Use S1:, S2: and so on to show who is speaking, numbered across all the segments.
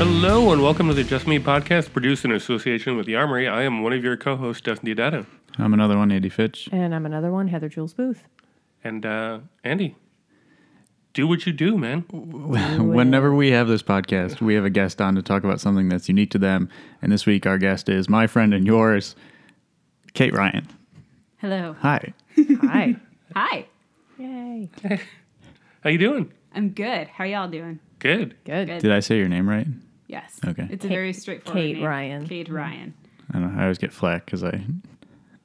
S1: Hello and welcome to the Just Me podcast, produced in association with the Armory. I am one of your co-hosts, Justin Diodata.
S2: I'm another one, Andy Fitch.
S3: And I'm another one, Heather Jules Booth.
S1: And uh, Andy, do what you do, man.
S2: Whenever we have this podcast, we have a guest on to talk about something that's unique to them. And this week, our guest is my friend and yours, Kate Ryan.
S4: Hello.
S2: Hi.
S3: Hi.
S4: Hi.
S3: Yay.
S1: How you doing?
S4: I'm good. How y'all doing?
S1: Good.
S3: Good.
S4: Good.
S2: Did I say your name right?
S4: Yes.
S2: Okay.
S4: It's a very straightforward
S3: Kate
S4: name.
S3: Ryan.
S4: Kate Ryan.
S2: I don't know. I always get flack because I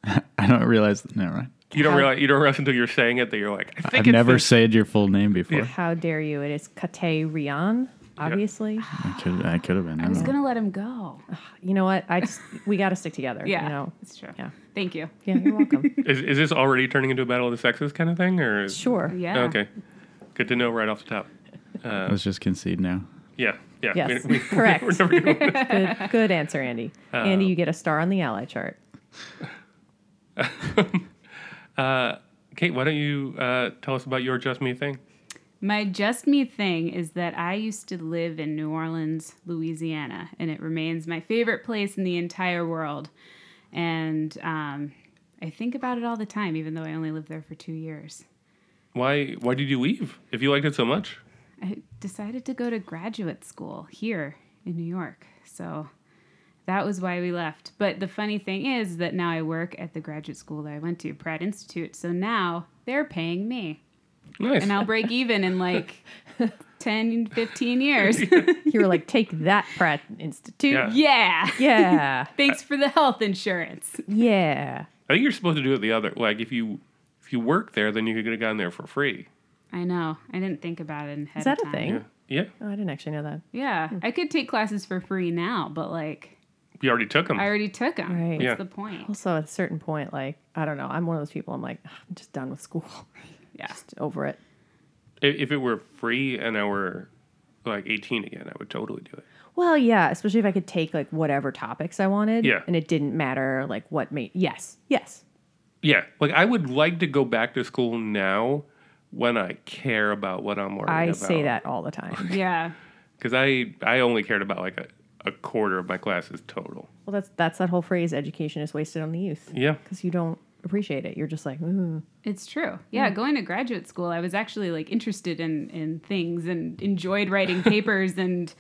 S2: I don't realize. Never mind.
S1: You don't realize you don't realize until you're saying it that you're like, I think
S2: I've
S1: it's
S2: never
S1: this.
S2: said your full name before.
S3: How dare you? It is Kate Rian, obviously.
S2: I could I could have been. I
S4: I was
S2: don't know.
S4: gonna let him go.
S3: You know what? I just we got to stick together.
S4: Yeah.
S3: You know.
S4: It's true.
S3: Yeah.
S4: Thank you.
S3: Yeah. You're welcome.
S1: Is, is this already turning into a battle of the sexes kind of thing, or is,
S3: sure.
S4: Yeah.
S1: Okay, good to know right off the top.
S2: Let's just concede now.
S1: Yeah, yeah.
S3: Yes.
S1: We- we-
S3: Correct.
S1: we're never doing this.
S3: Good, good answer, Andy. Andy, you get a star on the ally chart.
S1: Kate, why don't you uh, tell us about your Just Me thing?
S4: My just me thing is that I used to live in New Orleans, Louisiana, and it remains my favorite place in the entire world. And um, I think about it all the time, even though I only lived there for two years.
S1: Why Why did you leave if you liked it so much?
S4: I decided to go to graduate school here in New York. So that was why we left. But the funny thing is that now I work at the graduate school that I went to, Pratt Institute. So now they're paying me.
S1: Nice.
S4: And I'll break even in like 10, 15 years.
S3: You were like, take that, Pratt Institute.
S1: Yeah.
S4: yeah.
S3: Yeah.
S4: Thanks for the health insurance.
S3: Yeah.
S1: I think you're supposed to do it the other. Like if you if you work there, then you could have gone there for free.
S4: I know. I didn't think about it in head
S3: Is that
S4: of
S3: a
S4: time.
S3: thing? Hmm.
S1: Yeah,
S3: Oh, I didn't actually know that.
S4: Yeah. I could take classes for free now, but like
S1: you already took them.
S4: I already took them.
S3: Right.
S4: What's
S1: Yeah.
S4: the point?
S3: Also, at a certain point, like I don't know, I'm one of those people. I'm like, "Ugh, I'm just done with school.
S4: Yeah.
S3: Just over it.
S1: if, if it were free and I were like 18 again, I would totally do it.
S3: Well, yeah, especially if I could take like whatever topics I wanted.
S1: Yeah.
S3: And it didn't matter like what made. Yes. Yes.
S1: Yeah, like I would like to go back to school now when I care about what I'm learning.
S3: I
S1: about.
S3: say that all the time.
S4: Yeah.
S1: because I I only cared about like a, a quarter of my classes total.
S3: well, that's that's that whole phrase education is wasted on the youth.
S1: Yeah,
S3: Because you don't appreciate it. You're just like, ooh.
S4: It's true. Yeah,
S3: Mm.
S4: going to graduate school, I was actually like interested in in things and enjoyed writing papers and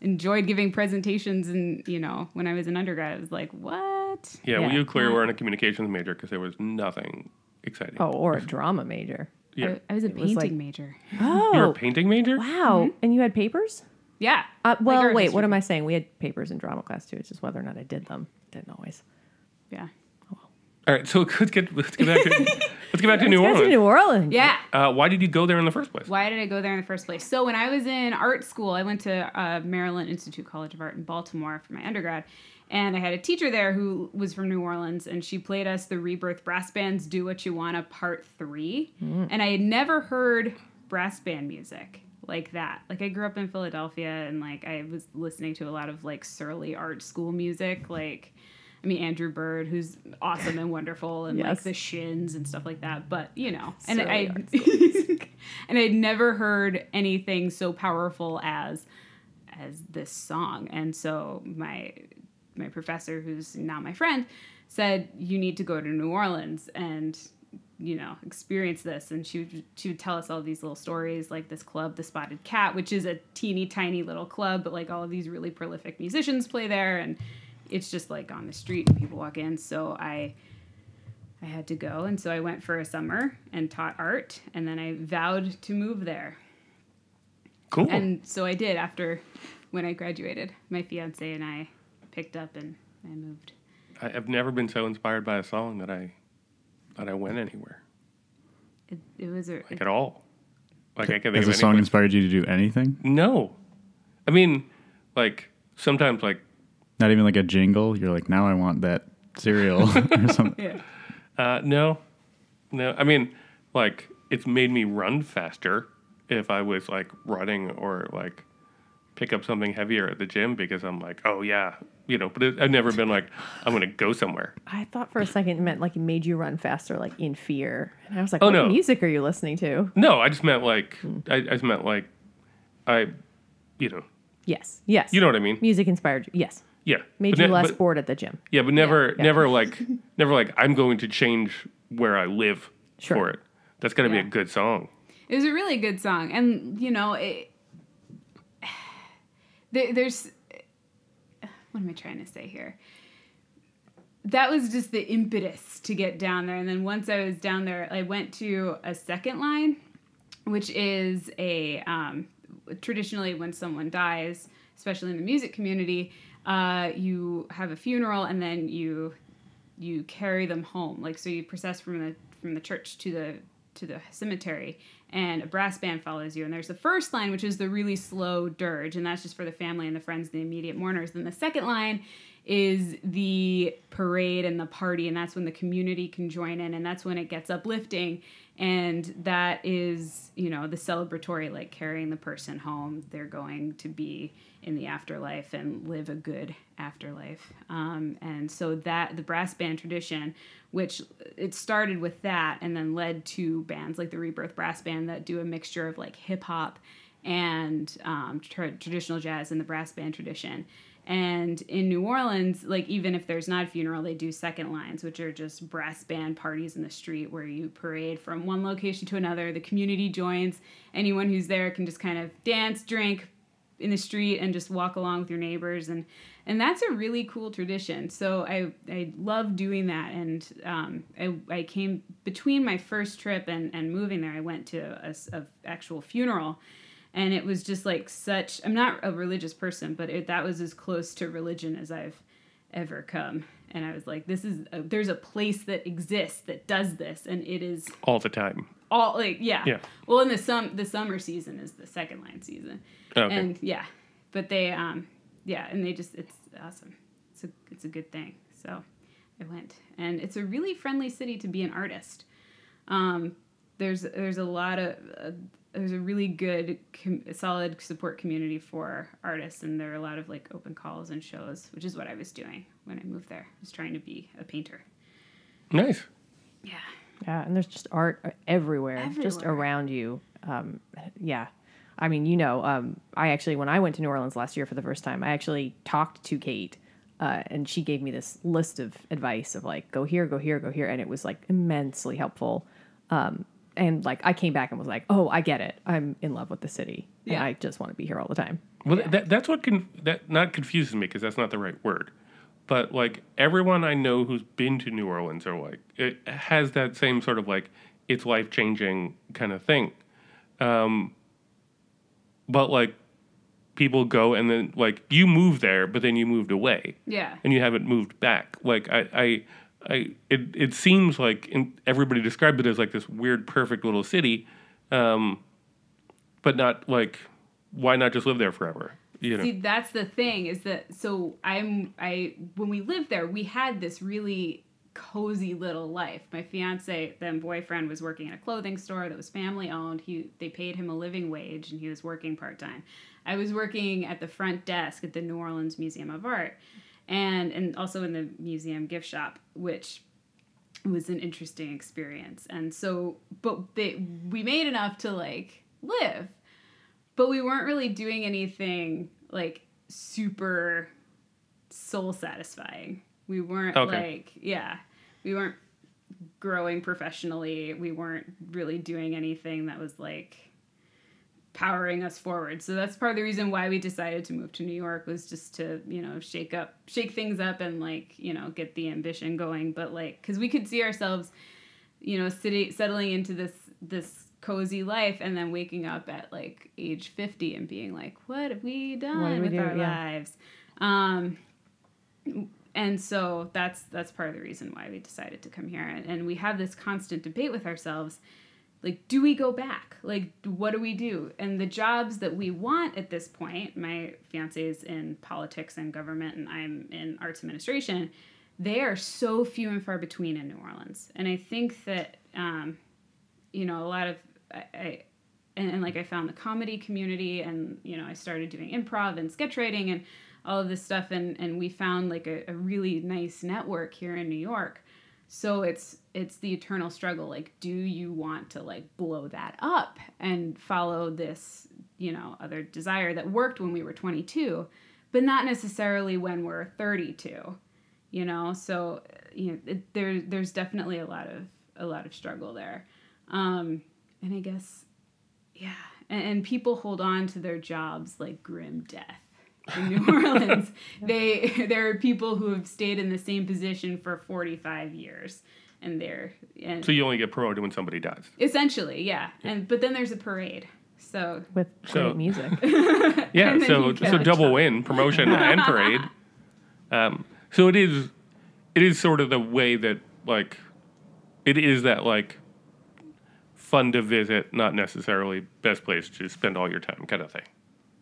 S4: enjoyed giving presentations and you know, when I was an undergrad, I was like, "What?"
S1: yeah. Well,
S3: Yeah.
S1: you clearly were in a communications major because there was nothing exciting.
S3: Oh, or a drama major.
S1: Yeah.
S4: I, I was a
S3: was
S4: painting
S3: like-
S4: major.
S1: you
S3: Oh.
S1: were a Mm-hmm. painting major.
S3: wow. And you had papers?
S4: Yeah.
S3: Uh,
S4: Like
S3: well,
S4: art
S3: wait, what
S4: history.
S3: am I saying? We had papers in drama class too. It's just whether or not I did them. Didn't always.
S4: Yeah.
S1: All right, so let's get let's get back to let's get back to New
S3: That's in New
S1: Orleans.
S3: Orleans.
S4: Yeah.
S1: Uh, why did you go there in the first place?
S4: Why did I go there in the first place? So when I was in art school, I went to uh, Maryland Institute College of Art in Baltimore for my undergrad, and I had a teacher there who was from New Orleans, and she played us the Rebirth Brass Band's "Do What You Wanna" Part Three, and I had never heard brass band music like that. Like I grew up in Philadelphia, and like I was listening to a lot of like surly art school music, like. I mean Andrew Bird, who's awesome and wonderful, and like
S3: Yes.
S4: the Shins and stuff like that. But you know, and
S3: Surly
S4: I
S3: art
S4: and I'd never heard anything so powerful as as this song. And so my my professor, who's now my friend, said you need to go to New Orleans and you know experience this. And she would, she would tell us all these little stories, like this club, the Spotted Cat, which is a teeny tiny little club, but like all of these really prolific musicians play there, and it's just like on the street and people walk in. So I. I had to go, and so I went for a summer and taught art, and then I vowed to move there.
S1: Cool.
S4: And so I did after when I graduated. My fiance and I picked up and I moved.
S1: I, I've never been so inspired by a song that I that I went anywhere
S4: It, it was a
S1: like at all. Like I can think
S2: Has
S1: of
S2: a song
S1: any-
S2: inspired you to do anything?
S1: No, I mean, like sometimes like
S2: Not even like a jingle. You're like, now I want that cereal or something.
S4: yeah.
S1: uh, no, no. I mean, like it's made me run faster if I was like running or like pick up something heavier at the gym because I'm like, oh yeah, you know. But it, I've never been like I'm gonna go somewhere.
S3: I thought for a second it meant like it made you run faster, like in fear. And I was like,
S1: Oh,
S3: what
S1: no.
S3: music are you listening to?
S4: Hmm.
S1: No, I just meant like I, I just meant like I, you know,
S3: Yes. Yes.
S1: You know what I mean?
S3: Music inspired you. Yes.
S1: Yeah.
S3: Made
S1: But
S3: you
S1: ne-
S3: less
S1: but-
S3: bored at the gym.
S1: Yeah, but never,
S3: yeah.
S1: never like, never like, I'm going to change where I live
S3: Sure.
S1: for it. That's got to
S4: Yeah.
S1: be a good song.
S4: It was a really good song, and you know, it, there, there's what am I trying to say here? That was just the impetus to get down there, and then once I was down there, I went to a second line, which is a um, traditionally when someone dies, especially in the music community, uh, you have a funeral and then you you carry them home. Like so, you process from the from the church to the to the cemetery, and a brass band follows you. And there's the first line, which is the really slow dirge, and that's just for the family and the friends, and the immediate mourners. Then the second line is the parade and the party, and that's when the community can join in, and that's when it gets uplifting. And that is, you know, the celebratory, like carrying the person home. They're going to be in the afterlife and live a good afterlife. Um, and so that the brass band tradition, which it started with that and then led to bands like the Rebirth Brass Band that do a mixture of like hip hop and um, tra- traditional jazz and the brass band tradition. And in New Orleans, like even if there's not a funeral, they do second lines, which are just brass band parties in the street where you parade from one location to another. The community joins. Anyone who's there can just kind of dance, drink, in the street and just walk along with your neighbors and and that's a really cool tradition so i i love doing that and um i, I came between my first trip and and moving there i went to a, s- a actual funeral and it was just like such i'm not a religious person but it, that was as close to religion as i've ever come and i was like this is a, there's a place that exists that does this and it is
S1: All the time.
S4: all like yeah.
S1: Yeah.
S4: Well, in the sum the summer season is the second line season,
S1: Okay.
S4: and yeah, but they um yeah, and they just it's awesome. It's a it's a good thing. So I went, and it's a really friendly city to be an artist. Um, there's there's a lot of uh, there's a really good com- solid support community for artists, and there are a lot of like open calls and shows, which is what I was doing when I moved there. I was trying to be a painter.
S1: Nice.
S4: Yeah.
S3: Yeah, and there's just art everywhere, just
S4: Everywhere.
S3: around you. Um, yeah, I mean, you know, um, I actually when I went to New Orleans last year for the first time, I actually talked to Kate, uh, and she gave me this list of advice of like go here, go here, go here, and it was like immensely helpful. Um, and like I came back and was like, oh, I get it. I'm in love with the city, and
S4: Yeah.
S3: I just want to be here all the time.
S1: Well, that, that's what can that not confuses me because that's not the right word, but like everyone I know who's been to New Orleans or like it has that same sort of like it's life changing kind of thing, um, but like people go and then like you moved there but then you moved away
S4: Yeah.
S1: and you haven't moved back like I I I it it seems like and everybody described it as like this weird perfect little city, um, but not like why not just live there forever you know.
S4: See, that's the thing is that so I'm I when we lived there, we had this really cozy little life. My fiance then boyfriend was working at a clothing store that was family owned. He they paid him a living wage and he was working part-time. I was working at the front desk at the New Orleans Museum of Art and and also in the museum gift shop, which it was an interesting experience and so but they, we made enough to like live but we weren't really doing anything like super soul satisfying we weren't
S1: Okay.
S4: like yeah we weren't growing professionally we weren't really doing anything that was like powering us forward so that's part of the reason why we decided to move to new york was just to you know shake up shake things up and like you know get the ambition going but like because we could see ourselves you know sitting settling into this this cozy life and then waking up at like age 50 and being like what have we done
S3: What did we
S4: with
S3: do?
S4: our
S3: Yeah.
S4: lives um and so that's that's part of the reason why we decided to come here and, and we have this constant debate with ourselves like do we go back like what do we do and the jobs that we want at this point my fiance is in politics and government and i'm in arts administration they are so few and far between in new orleans and i think that um, you know a lot of i, I and, and like i found the comedy community and you know i started doing improv and sketch writing and all of this stuff and and we found like a, a really nice network here in new york so it's it's the eternal struggle like do you want to like blow that up and follow this you know, other desire that worked when we were 22, but not necessarily when we're 32. You know, so you know, it, there there's definitely a lot of a lot of struggle there. Um and I guess yeah, and, and people hold on to their jobs like grim death in New Orleans. they there are people who have stayed in the same position for 45 years and they're and
S1: So you only get promoted when somebody dies.
S4: essentially, yeah. And but then there's a parade. So
S3: with great
S1: So- Oh
S3: music.
S1: Yeah,
S4: And then
S1: so
S4: you
S1: so
S4: kinda
S1: double win, promotion and parade. Um, so it is, it is sort of the way that like, it is that like, fun to visit, not necessarily best place to spend all your time, kind of thing.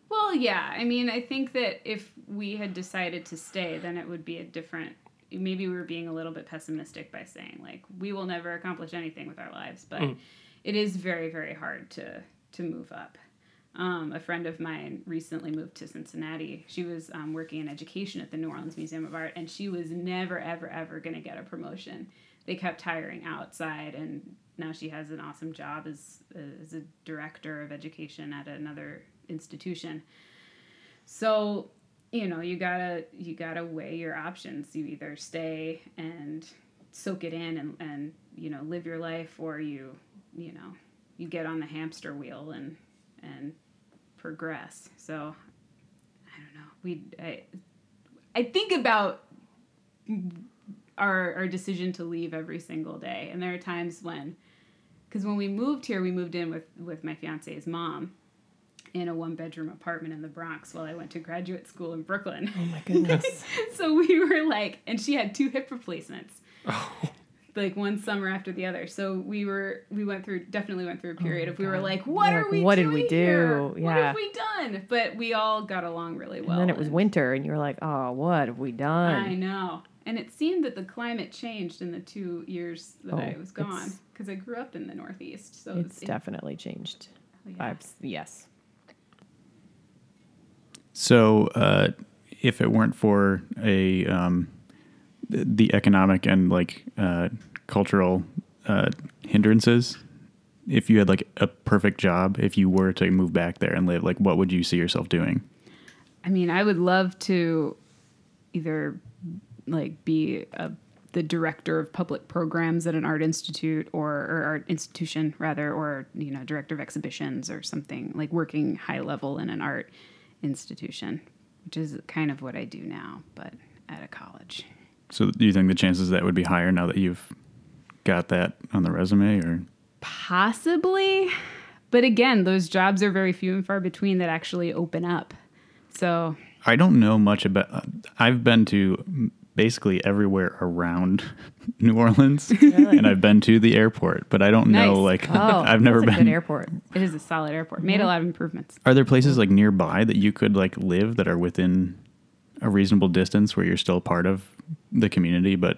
S4: Well, yeah. I mean, I think that if we had decided to stay, then it would be a different. Maybe we were being a little bit pessimistic by saying like we will never accomplish anything with our lives, but it is very very hard to to move up. Um, a friend of mine recently moved to Cincinnati. She was um, working in education at the New Orleans Museum of Art, and she was never ever ever going to get a promotion. They kept hiring outside, and now she has an awesome job as as a director of education at another institution. So, you know, you gotta you gotta weigh your options. You either stay and soak it in and, and you know, live your life or you you know, you get on the hamster wheel and and progress. So I don't know. We I I think about our our decision to leave every single day. And there are times when because when we moved here, we moved in with with my fiance's mom in a one bedroom apartment in the Bronx while I went to graduate school in Brooklyn.
S3: oh my goodness.
S4: so we were like, and she had two hip replacements.
S3: Oh.
S4: Like one summer after the other, so we were we went through definitely went
S3: Oh
S4: through a period of we were like, what
S3: Like,
S4: are we?
S3: what did
S4: doing
S3: we
S4: here?
S3: do?
S4: What
S3: Yeah.
S4: have we done? But we all got along really well.
S3: and then it was winter, and you were like, "Oh, what have we done?"
S4: I know. And it seemed that the climate changed in the two years that I
S3: Oh,
S4: was gone
S3: it's-
S4: because I grew up in the Northeast. So
S3: It's Oh,
S4: it-
S3: definitely changed.
S4: yeah.
S3: Vibes. Yes.
S2: So, uh, if it weren't for a um, th- the economic and like uh, cultural uh, hindrances, if you had like a perfect job, if you were to move back there and live, like what would you see yourself doing?
S4: I mean, I would love to either like be a, the director of public programs at an art institute or, or art institution rather, or you know, director of exhibitions or something like working high level in an art institution, which is kind of what I do now, but at a college.
S2: So, do you think the chances that would be higher now that you've got that on the resume, or
S4: Possibly, but again, those jobs are very few and far between that actually open up. So
S2: I don't know much about. uh, I've been to basically everywhere around New Orleans, and I've been to the airport, but I don't know.
S4: Nice.
S2: Like,
S3: Oh,
S2: I've never
S3: that's a
S2: been.
S3: good airport.
S4: it is a solid airport. Made a lot of improvements.
S2: Are there places like nearby that you could like live that are within a reasonable distance where you're still part of the community but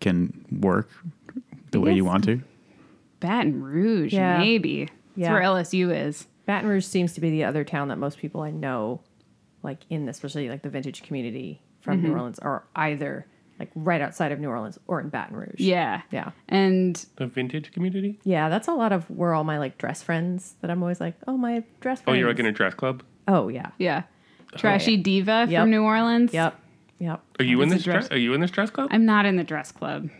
S2: can work the way you
S4: Yes.
S2: want to?
S4: Baton Rouge,
S3: Yeah.
S4: maybe. That's
S3: Yeah.
S4: where LSU is.
S3: Baton Rouge seems to be the other town that most people I know, like in especially like the vintage community from New Orleans, are either like right outside of New Orleans or in Baton Rouge.
S4: Yeah.
S3: Yeah.
S4: And
S1: The vintage community.
S3: Yeah, that's a lot of where all my like dress friends that I'm always like, oh my dress
S1: Oh,
S3: friends.
S1: you're like in a dress club.
S3: Oh yeah.
S4: yeah. Trashy Diva
S3: Oh, Yep.
S4: from New Orleans.
S3: Yep. Yep.
S1: Are you in
S4: It's a
S1: this dress?
S4: dress-
S1: Are you in this dress club?
S4: I'm not in the dress club.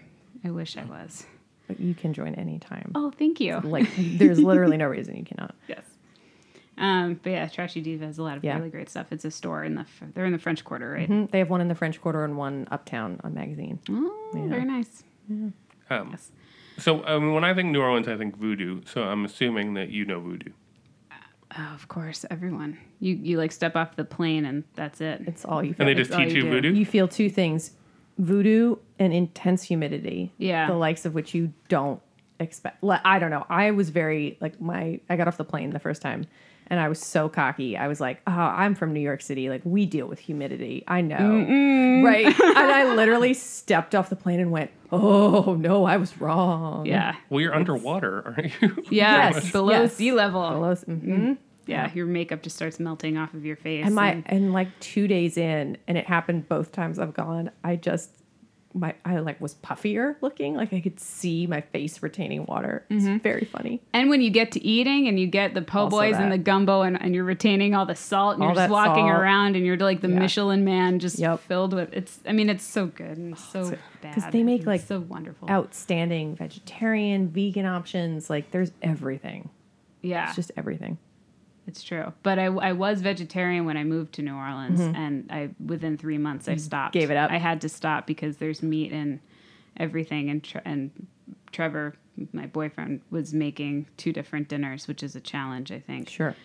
S4: I wish I was.
S3: But you can join anytime.
S4: Oh, thank you.
S3: Like there's literally no reason you cannot.
S4: Yes. Um, but yeah, Trashy Diva has a lot of
S3: Yeah.
S4: really great stuff. It's a store in the fr- they're in the French Quarter, right?
S3: Mm, They have one in the French Quarter and one uptown on Magazine.
S4: Oh, very nice.
S1: Um, So um, when I think New Orleans, I think voodoo. So I'm assuming that you know voodoo.
S4: Oh, of course, everyone. You you like step off the plane and that's it.
S3: It's all you.
S1: And
S3: Feel.
S1: they just
S4: all
S1: teach you
S4: you do.
S1: voodoo.
S3: you feel two things: voodoo and intense humidity.
S4: Yeah.
S3: the likes of which you don't expect. Like, I don't know. I was very like my. I got off the plane the first time, and I was so cocky. I was like, "Oh, I'm from New York City. Like we deal with humidity. I know, right?" and I literally stepped off the plane and went, "Oh no, I was wrong."
S4: Yeah.
S1: Well, you're underwater, aren't you?
S4: Yeah.
S3: Yes,
S4: below
S3: yes.
S4: sea level.
S3: Hello, mhm.
S4: yeah, your makeup just starts melting off of your face.
S3: And my
S4: and-
S3: and like two days in, and it happened both times I've gone. I just my I like was puffier looking. Like I could see my face retaining water. It's very funny.
S4: And when you get to eating and you get the po'
S3: Also
S4: boys and
S3: that.
S4: the gumbo and, and you're retaining all the salt and
S3: All
S4: you're just
S3: that
S4: walking
S3: salt.
S4: around and you're like the
S3: Yeah.
S4: Michelin man just
S3: Yep.
S4: filled with it's I mean it's so good and so bad.
S3: 'cause they make,
S4: and
S3: like,
S4: so wonderful.
S3: Outstanding vegetarian, vegan options. Like there's everything.
S4: yeah.
S3: It's just everything.
S4: It's true. But I, I was vegetarian when I moved to New Orleans, and I within three months I stopped.
S3: Mm-hmm. gave it up?
S4: I had to stop because there's meat and everything, and tre- and Trevor, my boyfriend, was making two different dinners, which is a challenge, I think,
S3: Sure.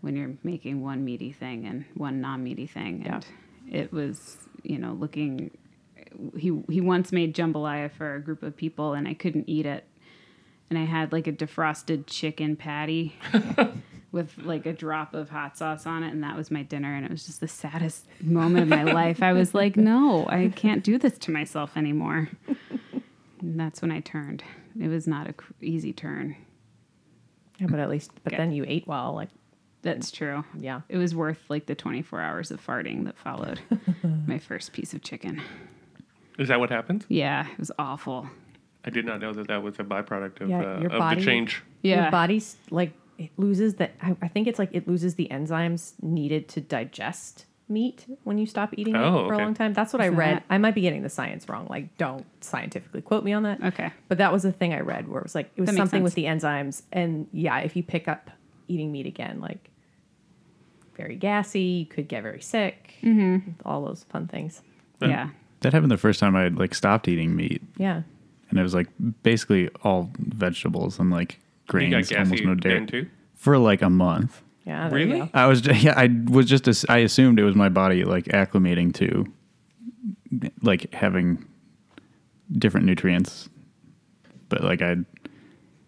S4: when you're making one meaty thing and one non-meaty thing, and it was you know looking. He he once made jambalaya for a group of people, and I couldn't eat it and I had like a defrosted chicken patty with like a drop of hot sauce on it, and that was my dinner. And it was just the saddest moment of my life. I was like, no, I can't do this to myself anymore. And that's when I turned. It was not a cr- easy turn.
S3: Yeah, but at least but
S4: Okay.
S3: then you ate well. Like
S4: That's true.
S3: yeah.
S4: It was worth like the 24 hours of farting that followed my first piece of chicken.
S1: Is that what happens?
S4: Yeah, it was awful.
S1: I did not know that that was a byproduct of,
S3: Yeah,
S1: uh,
S3: your
S1: of
S3: body-
S1: the change.
S4: Yeah.
S3: Your body's like it loses that. I, I think it's like it loses the enzymes needed to digest meat when you stop eating
S1: Oh,
S3: it for
S1: okay.
S3: a long time. That's what I
S4: Isn't
S3: read.
S4: that-
S3: I might be getting the science wrong. Like, don't scientifically quote me on that.
S4: Okay.
S3: But that was a thing I read where it was like it was
S4: That makes
S3: something with the enzymes, and yeah, if you pick up eating meat again, like very gassy, you could get very sick, all those fun things.
S4: Yeah.
S2: That happened the first time I like stopped eating meat,
S3: Yeah,
S2: and it was like basically all vegetables and like
S1: You got
S2: grains, almost
S1: gassy
S2: no
S1: then
S2: dairy
S1: too.
S2: for like a month.
S3: yeah. Oh, there you
S1: Really?
S3: go.
S2: I was just, yeah, I was just as- I assumed it was my body like acclimating to like having different nutrients, but like I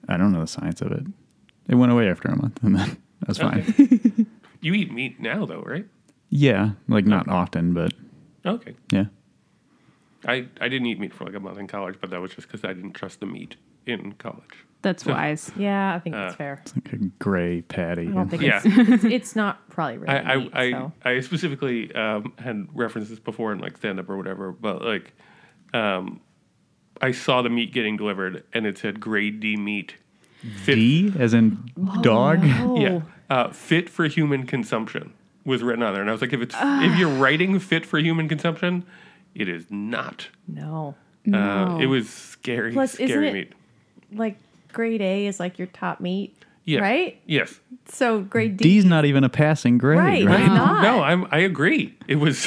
S2: I don't know the science of it. It went away after a month, and then I was fine.
S1: You eat meat now though, right?
S2: Yeah, like not often, but
S1: Okay.
S2: yeah.
S1: I, I didn't eat meat for like a month in college, but that was just because I didn't trust the meat in college.
S4: That's wise.
S3: Yeah, I think
S1: Uh,
S3: that's fair.
S2: It's like a gray patty.
S3: I don't think
S1: Yeah.
S3: it's, it's it's not probably really.
S1: I
S3: meat,
S1: I, I,
S3: so.
S1: I specifically um, had references before in like stand up or whatever, but like um, I saw the meat getting delivered and it said grade D meat. Fit,
S2: D as in dog.
S1: Yeah.
S3: Oh.
S1: Uh, fit for human consumption was written on there. And I was like, if it's if you're writing fit for human consumption, it is not.
S3: No.
S1: Uh, it was scary,
S3: Plus, isn't
S1: scary
S3: it-
S1: meat.
S3: Like grade A is like your top meat.
S1: Yeah.
S3: Right?
S1: Yes.
S3: So grade D.
S2: D's not even a passing grade,
S3: Right,
S2: right?
S3: it's not.
S1: No, I'm, I agree. It was,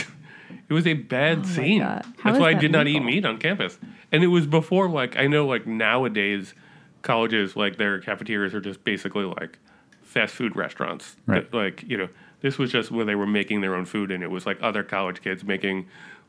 S1: it was a bad scene.
S3: God.
S1: That's
S4: How is
S1: why I
S4: that
S1: did not eat
S4: legal?
S1: meat on campus. And it was before, like, I know, like, nowadays, colleges, like, their cafeterias are just basically like fast food restaurants.
S2: Right.
S1: That, like, you know, this was just where they were making their own food, and it was like other college kids making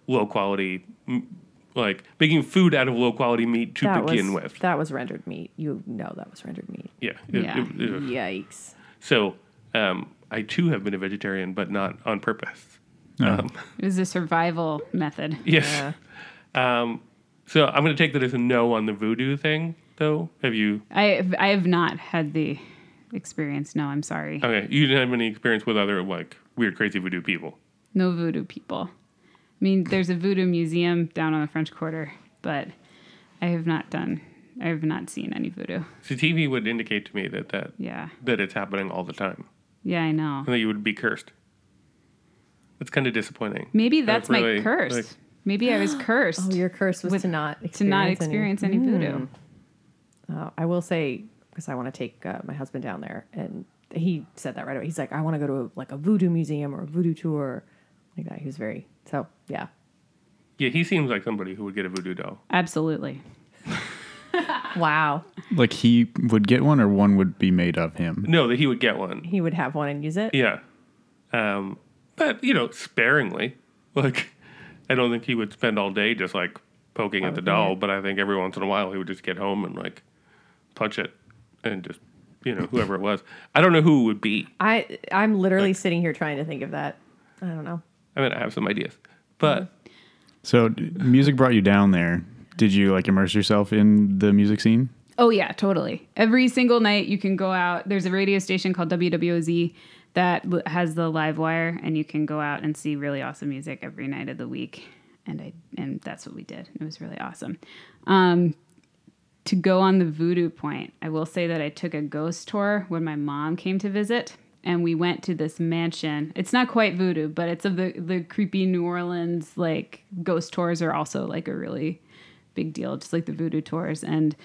S1: low quality, m- like, making food out of low quality meat to
S3: that was
S1: begin with.
S3: that was rendered meat. You know that was rendered meat.
S1: yeah. It-
S4: Yeah.
S1: it- it-
S3: Yikes.
S1: So, um, I too have been a vegetarian, but not on purpose. Um,
S2: No.
S4: It was a survival method.
S1: Yes.
S3: Yeah.
S1: Um, so I'm going to take that as a no on the voodoo thing, though. Have you?
S4: I I have not had the experience. No, I'm sorry.
S1: Okay, you didn't have any experience with other like weird, crazy voodoo people.
S4: No voodoo people. I mean, there's a voodoo museum down on the French Quarter, but I have not done. I have not seen any voodoo.
S1: So TV would indicate to me that that
S4: Yeah,
S1: that it's happening all the time,
S4: yeah, I know.
S1: and that you would be cursed. That's kind of disappointing.
S4: Maybe that's
S1: really,
S4: my curse.
S1: like-
S4: Maybe I was cursed
S3: Oh, your curse was
S4: With-
S3: to not experience
S4: to not
S3: any- Hmm.
S4: experience any, voodoo.
S3: Uh, I will say because I want to take uh, my husband down there, and he said that right away. He's like, I want to go to a, like a voodoo museum or a voodoo tour, like that. He was very so yeah.
S1: Yeah, he seems like somebody who would get a voodoo doll.
S4: Absolutely.
S3: Wow.
S2: Like he would get one, or one would be made of him.
S1: No, that he would get one.
S3: He would have one and use it.
S1: Yeah, um, but you know, sparingly. Like, I don't think he would spend all day just like poking at the
S3: Probably
S1: doll.
S3: not.
S1: But I think every once in a while he would just get home and like touch it, and just you know whoever it was. I don't know who it would be.
S3: I I'm literally sitting here trying to think of that. I don't know.
S1: I mean, I have some ideas, but
S2: So d- music brought you down there. Did you like immerse yourself in the music scene?
S4: Oh yeah, totally. Every single night you can go out. There's a radio station called WWOZ that l- has the live wire, and you can go out and see really awesome music every night of the week. and I and that's what we did. It was really awesome. Um, to go on the voodoo point, I will say that I took a ghost tour when my mom came to visit, and we went to this mansion. It's not quite voodoo, but it's of the the creepy New Orleans like ghost tours are also like a really big deal, just like the voodoo tours. And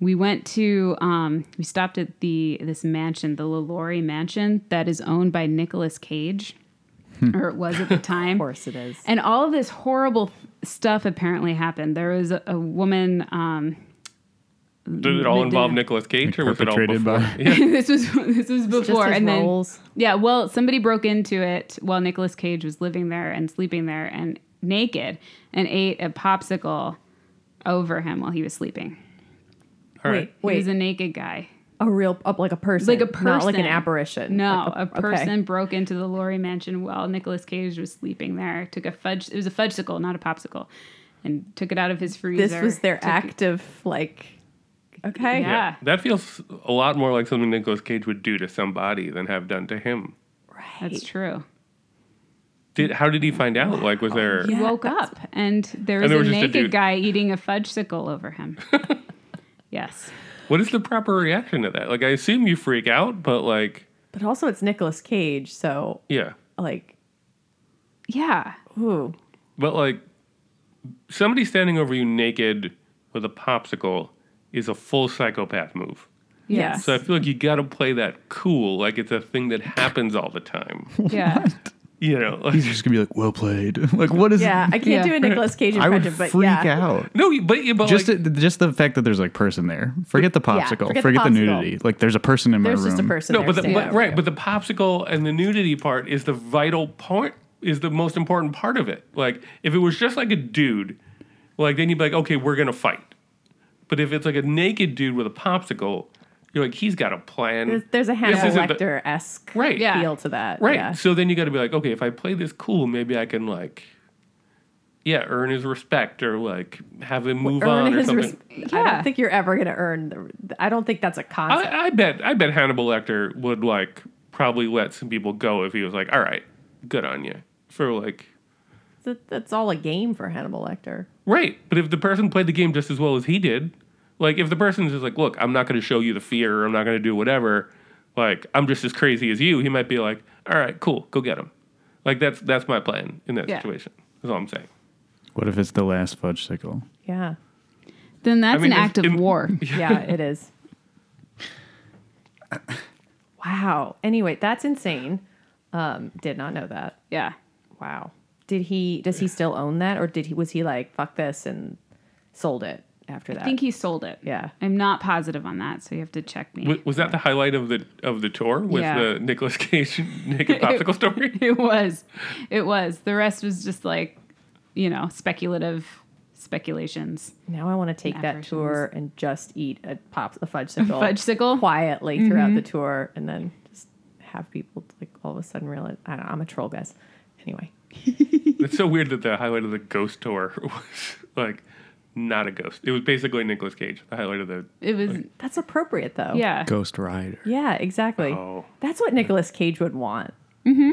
S4: we went to um, we stopped at the this mansion, the LaLaurie Mansion, that is owned by Nicolas Cage, or it was at the time.
S3: Hmm. Of course it is.
S4: And all of this horrible stuff apparently happened. There was a, a woman. Um,
S1: Did it all involve Nicolas Cage or was it all
S2: Perpetrated
S1: before?
S2: by-
S1: Yeah.
S4: this was this was
S3: Just
S4: before,
S3: his
S4: and then
S3: roles.
S4: yeah. Well, somebody broke into it while Nicolas Cage was living there and sleeping there and naked, and ate a popsicle over him while he was sleeping.
S1: All right.
S4: He
S3: wait,
S4: was a
S3: wait,
S4: naked guy.
S3: a real, up like a person,
S4: Like a
S3: not like an
S4: person.
S3: apparition.
S4: No,
S3: Like
S4: a, person broke into the Lorry Mansion while Nicolas Cage was sleeping there. Took a fudge. It was a fudgesicle, not a popsicle, and took it out of his freezer.
S3: This was their
S4: took-
S3: act of like, okay,
S4: Yeah.
S1: That feels a lot more like something Nicolas Cage would do to somebody than have done to him.
S3: right.
S4: That's true.
S1: Did how did he find out? Like, was there?
S4: He
S3: Yeah,
S4: woke
S3: that's-
S4: up and there was
S1: And there
S4: a
S1: was just a
S4: naked
S1: dude.
S4: guy eating a fudgesicle over him. yes.
S1: What is the proper reaction to that? Like, I assume you freak out, but like,
S3: But also, it's Nicolas Cage, so
S1: yeah,
S3: like,
S4: Yeah.
S3: ooh,
S1: but like, somebody standing over you naked with a popsicle is a full psychopath move.
S4: Yes.
S1: So I feel like you got to play that cool, like it's a thing that happens all the time.
S4: yeah.
S1: You know, like,
S2: He's just gonna be like, "Well played." like, what is?
S3: yeah, I can't
S4: Yeah.
S3: do a Nicolas Cage
S2: I would
S3: impression, but
S2: freak
S3: yeah,
S2: out.
S1: no, you- but you- but
S2: Just
S1: like,
S2: the- just the fact that there's like person there. Forget the
S3: Yeah,
S2: popsicle.
S3: forget the
S2: forget the,
S3: popsicle.
S2: nudity. Like, there's a person in my
S3: there's
S2: room.
S3: just a person.
S1: no,
S3: there
S1: but the,
S3: standing
S1: but,
S3: over
S1: right,
S3: you.
S1: but the popsicle and the nudity part is the vital point, is the most important part of it. Like, if it was just like a dude, like then you'd be like, okay, we're gonna fight. But if it's like a naked dude with a popsicle, you're like, he's got a plan.
S3: There's, there's a
S1: This
S3: Hannibal
S1: isn't the-
S3: Lecter esque
S1: Right.
S4: Yeah.
S3: feel to that.
S1: Right.
S3: Yeah.
S1: So then you got to be like, okay, if I play this cool, maybe I can like, yeah, earn his respect or like have him move on
S3: Earn
S1: or
S3: his
S1: something.
S3: res- I
S4: Yeah.
S3: don't think you're ever gonna earn. The, I don't think that's a concept.
S1: I, I bet I bet Hannibal Lecter would like probably let some people go if he was like, all right, good on you for like
S3: That- that's all a game for Hannibal Lecter.
S1: right. But if the person played the game just as well as he did, like if the person is just like, look, I'm not going to show you the fear, I'm not going to do whatever, like I'm just as crazy as you, he might be like, all right, cool, go get him. Like that's that's my plan in that
S4: Yeah.
S1: situation. That's all I'm saying.
S2: What if it's the last fudgesicle?
S3: Yeah.
S4: Then
S1: I
S4: that's
S1: mean,
S4: an
S1: if-
S4: act of
S1: if-
S4: war.
S3: Yeah, it is. Wow. Anyway, that's insane. Um, did not know that.
S4: Yeah.
S3: Wow. Did he? Does he still own that, or did he? Was he like fuck this and sold it after that?
S4: I think he sold it.
S3: Yeah.
S4: I'm not positive on that, so you have to check me.
S1: W- was that the highlight of the of the tour? Was
S4: Yeah.
S1: the Nicolas Cage naked popsicle story?
S4: it was. It was. The rest was just like, you know, speculative speculations.
S3: now I want to take that
S4: Apparitions.
S3: tour and just eat a pop a fudgesicle,
S4: Fudgesicle?
S3: quietly
S4: Mm-hmm.
S3: throughout the tour, and then just have people like all of a sudden realize I don't know, I'm a troll, guys. Anyway,
S1: It's so weird that the highlight of the ghost tour was like not a ghost. It was basically Nicolas Cage. The highlight of the
S4: It was
S3: that's appropriate though.
S4: yeah.
S2: Ghost Rider.
S3: Yeah, exactly.
S1: Oh.
S3: That's what Nicolas Cage would want.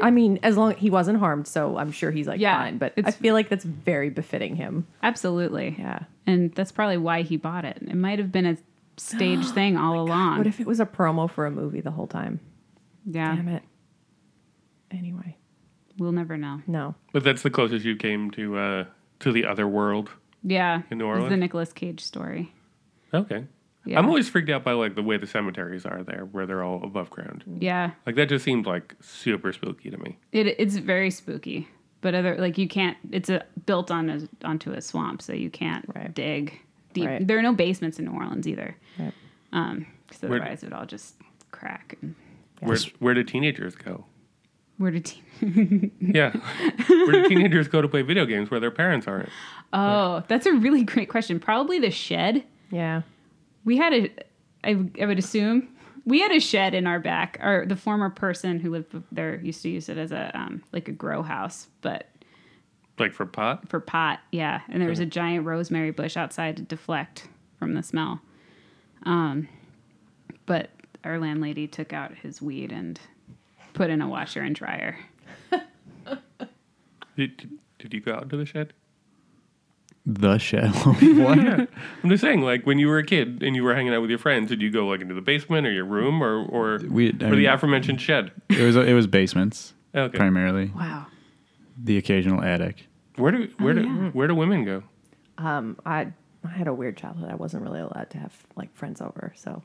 S3: I mean, as long he wasn't harmed, so I'm sure he's like
S4: Yeah,
S3: fine. But I
S4: it's-
S3: feel like that's very befitting him.
S4: Absolutely.
S3: Yeah.
S4: And that's probably why he bought it. It might have been a stage thing all along.
S3: What if it was a promo for a movie the whole time?
S4: yeah.
S3: Damn it. Anyway,
S4: We'll never know.
S3: no.
S1: But that's the closest you came to uh to the other world.
S4: Yeah.
S1: In New
S4: it's
S1: Orleans?
S4: the Nicolas Cage story.
S1: Okay.
S4: Yeah.
S1: I'm always freaked out by like the way the cemeteries are there where they're all above ground.
S4: Yeah.
S1: Like that just seemed like super spooky to me.
S4: It it's very spooky. But other like you can't it's a built on a, onto a swamp, so you can't
S3: Right.
S4: dig deep.
S3: Right.
S4: There are no basements in New Orleans either.
S3: Right.
S4: Um 'cause
S1: Where-
S4: otherwise it would all just crack. And
S1: Where where do teenagers go?
S4: where did teen-
S1: Yeah. where do teenagers go to play video games where their parents aren't?
S4: Oh, that's a really great question. Probably the shed.
S3: Yeah.
S4: we had a I, I would assume we had a shed in our back or the former person who lived there used to use it as a um, like a grow house but
S1: Like for pot?
S4: for pot yeah and there was a giant rosemary bush outside to deflect from the smell um, but our landlady took out his weed and put in a washer and dryer
S1: Did, did you go out to the shed?
S2: the shadow. what?
S1: I'm just saying, like when you were a kid and you were hanging out with your friends, did you go like into the basement or your room or or,
S2: We- I
S1: or
S2: mean-
S1: the aforementioned shed?
S2: It was it was basements
S1: Okay.
S2: primarily.
S3: Wow.
S2: The occasional attic.
S1: Where do where do
S4: Oh, yeah.
S1: where do women go?
S3: Um, I I had a weird childhood. I wasn't really allowed to have like friends over. So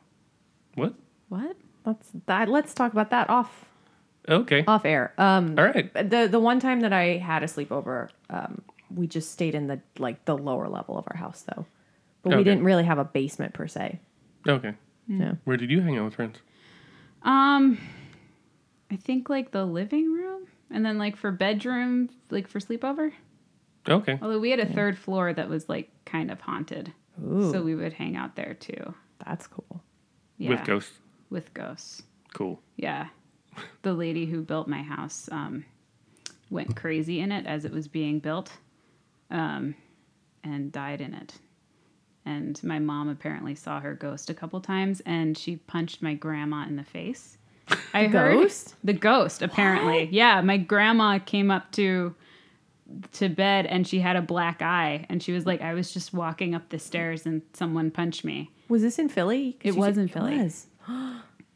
S1: What?
S3: what? Let's that, let's talk about that off
S1: Okay.
S4: Oh,
S3: off air. Um,
S1: All right.
S3: the the one time that I had a sleepover, um, we just stayed in the like the lower level of our house though, but
S1: Okay.
S3: we didn't really have a basement per se.
S1: Okay.
S3: No.
S1: Where did you hang out with friends?
S4: Um, I think like the living room, and then like for bedroom, like for sleepover.
S1: Okay.
S4: Although we had a third floor that was like kind of haunted,
S3: Ooh,
S4: so we would hang out there too.
S3: that's cool.
S4: Yeah,
S1: With ghosts.
S4: With ghosts.
S1: Cool.
S4: Yeah, the lady who built my house um, went crazy in it as it was being built, um, and died in it. And my mom apparently saw her ghost a couple times, and she punched my grandma in the face. I heard
S3: Ghost?
S4: the ghost apparently. Yeah, my grandma came up to to bed and she had a black eye and she was like I was just walking up the stairs and someone punched me.
S3: Was this in Philly? 'Cause
S4: It
S3: you
S4: was
S3: said-
S4: in Philly.
S3: was.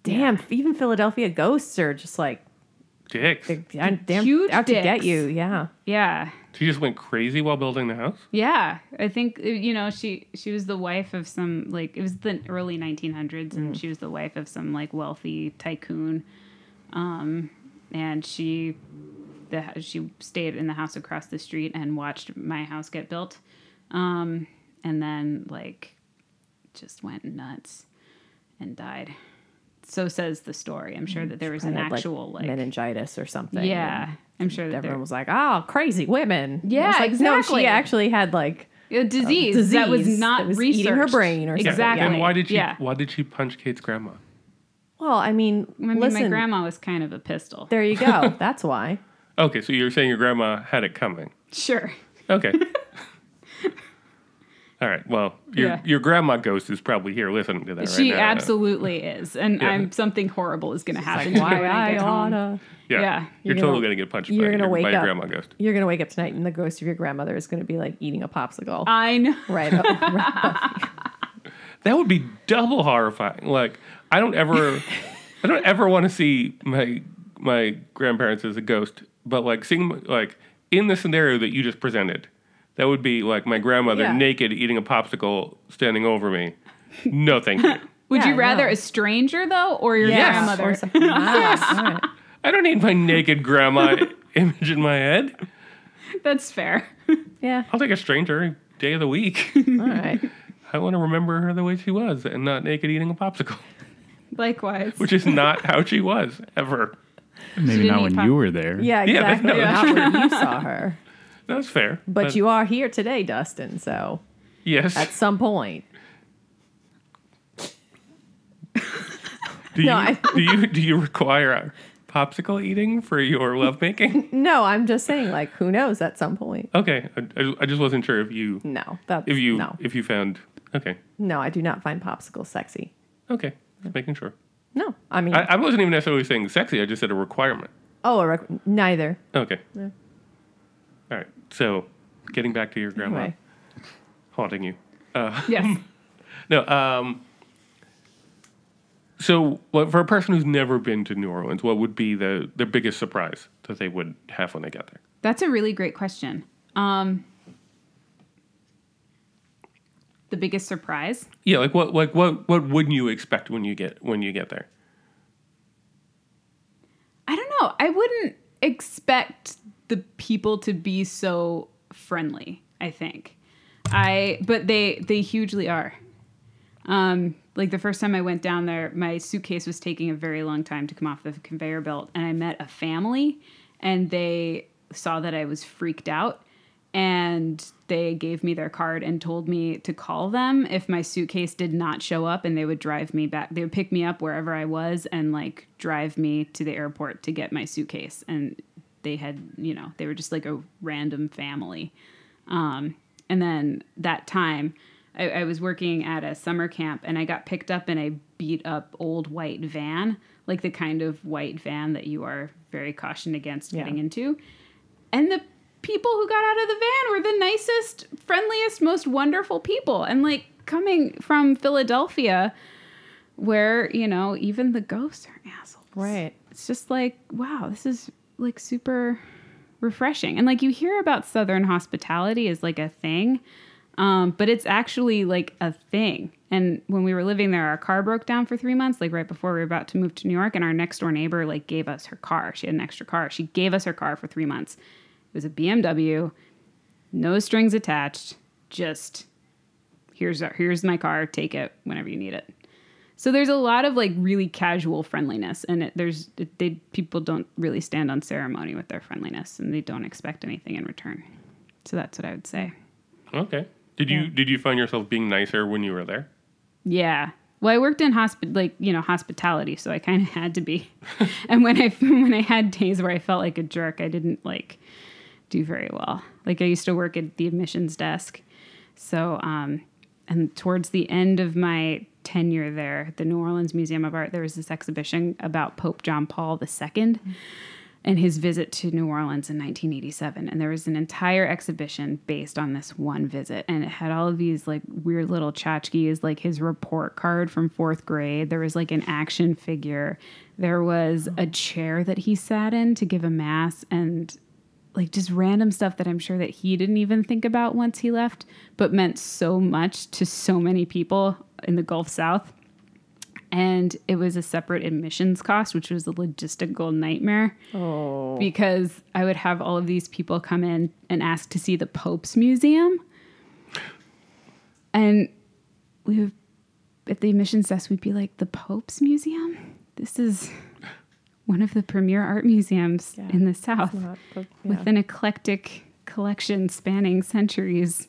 S3: Damn, even Philadelphia ghosts are just like
S1: Dicks.
S3: they're damn
S4: Huge
S3: out to get
S4: dicks.
S3: you. Yeah.
S4: Yeah.
S1: She just went crazy while building the house.
S4: Yeah, I think uh, you know she she was the wife of some like it was the early 1900s
S3: Mm.
S4: and she was the wife of some like wealthy tycoon, um, and she the she stayed in the house across the street and watched my house get built, um, and then like just went nuts and died. So says the story. I'm sure that there was an
S3: Mm, Probably had,
S4: actual like,
S3: meningitis or something.
S4: yeah. I'm sure
S3: And
S4: that
S3: everyone
S4: there
S3: was like, "Oh, crazy women." And I
S4: Yeah,
S3: was like, No,
S4: exactly.
S3: she actually had like
S4: a disease,
S3: disease
S4: that was not
S3: that was
S4: researched.
S3: eating her brain or something.
S4: exactly.
S1: Then why did she
S4: Yeah.
S1: why did she punch Kate's grandma?
S3: Well, I mean,
S4: I mean,
S3: listen,
S4: my grandma was kind of a pistol.
S3: there you go. That's why.
S1: Okay, so you're saying your grandma had it coming.
S4: Sure.
S1: Okay. All right. Well, your
S4: Yeah.
S1: your grandma ghost is probably here listening to that
S4: she
S1: right now.
S4: absolutely is. And
S1: Yeah.
S4: I'm something horrible is going to happen
S3: Like,
S4: to me
S3: why
S4: when I
S3: I
S4: get home.
S3: oughta-
S1: Yeah.
S4: yeah.
S1: You're,
S3: You're
S1: totally
S3: gonna-
S1: going to get punched
S3: you're
S1: by,
S3: gonna
S1: your,
S3: wake
S1: by your
S3: up.
S1: grandma ghost.
S3: You're gonna wake up tonight, and the ghost of your grandmother is gonna be like eating a popsicle.
S4: I know.
S3: right. up-
S1: That would be double horrifying. Like I don't ever, I don't ever want to see my my grandparents as a ghost. But like seeing my- like in the scenario that you just presented, that would be like my grandmother
S3: Yeah.
S1: naked eating a popsicle standing over me. No, thank you.
S4: Would
S3: Yeah,
S4: you rather
S3: no.
S4: a stranger, though, or your
S3: Yes.
S4: grandmother?
S3: Or something. Wow. All right.
S1: I don't need my naked grandma image in my head.
S4: That's fair.
S3: Yeah.
S1: I'll take a stranger day of the week.
S3: All right.
S1: I want to remember her the way she was and not naked eating a popsicle,
S4: Likewise.
S1: which is not how she was ever.
S2: Maybe
S4: didn't
S2: not
S4: eat
S2: when
S4: pop-
S2: you were there.
S3: Yeah.
S1: Yeah, that's
S3: Exactly.
S1: not-
S3: Not when you saw her,
S1: That's fair.
S3: but you are here today, Dustin. So
S1: yes.
S3: at some point,
S1: Do you,
S3: No, I-
S1: do you do you require popsicle eating for your lovemaking?
S3: no, I'm just saying, like, who knows? At some point,
S1: okay, I- I, I just wasn't sure if you
S3: no. That's
S1: if you
S3: no,
S1: if you found okay
S3: no. I do not find popsicles sexy.
S1: okay just making sure.
S3: No, I mean,
S1: I, I wasn't even necessarily saying sexy. I just said a requirement.
S3: oh, a rec- neither.
S1: Okay.
S3: No.
S1: All right. So, getting back to your grandma
S3: Anyway,
S1: haunting you.
S4: yes.
S1: No. Um. So, what, for a person who's never been to New Orleans, what would be the the biggest surprise that they would have when they get there?
S4: That's a really great question. Um, the biggest surprise?
S1: Yeah, like what like what what would you expect when you get when you get there?
S4: I don't know. I wouldn't expect the people to be so friendly. I think I, but they they hugely are. Um, like the first time I went down there, my suitcase was taking a very long time to come off the conveyor belt, and I met a family, and they saw that I was freaked out, and they gave me their card and told me to call them if my suitcase did not show up, and they would drive me back. They would pick me up wherever I was and like drive me to the airport to get my suitcase, and they had you know they were just like a random family. Um, and then that time, I, I was working at a summer camp and I got picked up in a beat up old white van, like the kind of white van that you are very cautioned against getting into. And the people who got out of the van were the nicest, friendliest, most wonderful people. And like coming from Philadelphia, where, you know, even the ghosts are assholes.
S3: Right.
S4: It's just like, wow, this is like super refreshing. And like you hear about Southern hospitality as like a thing, um, but it's actually like a thing. And when we were living there, our car broke down for three months, like right before we were about to move to New York. And our next door neighbor like gave us her car. She had an extra car. She gave us her car for three months. It was a BMW, no strings attached. Just here's our, here's my car. Take it whenever you need it. So there's a lot of like really casual friendliness, and it, there's it, they people don't really stand on ceremony with their friendliness, and they don't expect anything in return. So that's what I would say.
S1: Okay. Did you did you find yourself being nicer when you were there?
S4: Yeah. Well, I worked in hospi- like you know hospitality, so I kind of had to be. and when I when I had days where I felt like a jerk, I didn't like do very well. Like I used to work at the admissions desk, so um, and towards the end of my tenure there, at the New Orleans Museum of Art, there was this exhibition about Pope John Paul II and his visit to New Orleans in 1987. And there was an entire exhibition based on this one visit. And it had all of these like weird little tchotchkes, like his report card from fourth grade. There was like an action figure. There was a chair that he sat in to give a mass and like just random stuff that I'm sure that he didn't even think about once he left, but meant so much to so many people in the Gulf South and it was a separate admissions cost, which was a logistical nightmare. Oh. Because I would have all of these people come in and ask to see the Pope's Museum. And we would, at the admissions desk, we'd be like, the Pope's Museum? This is one of the premier art museums in the South
S3: Not the-
S4: with an eclectic collection spanning centuries.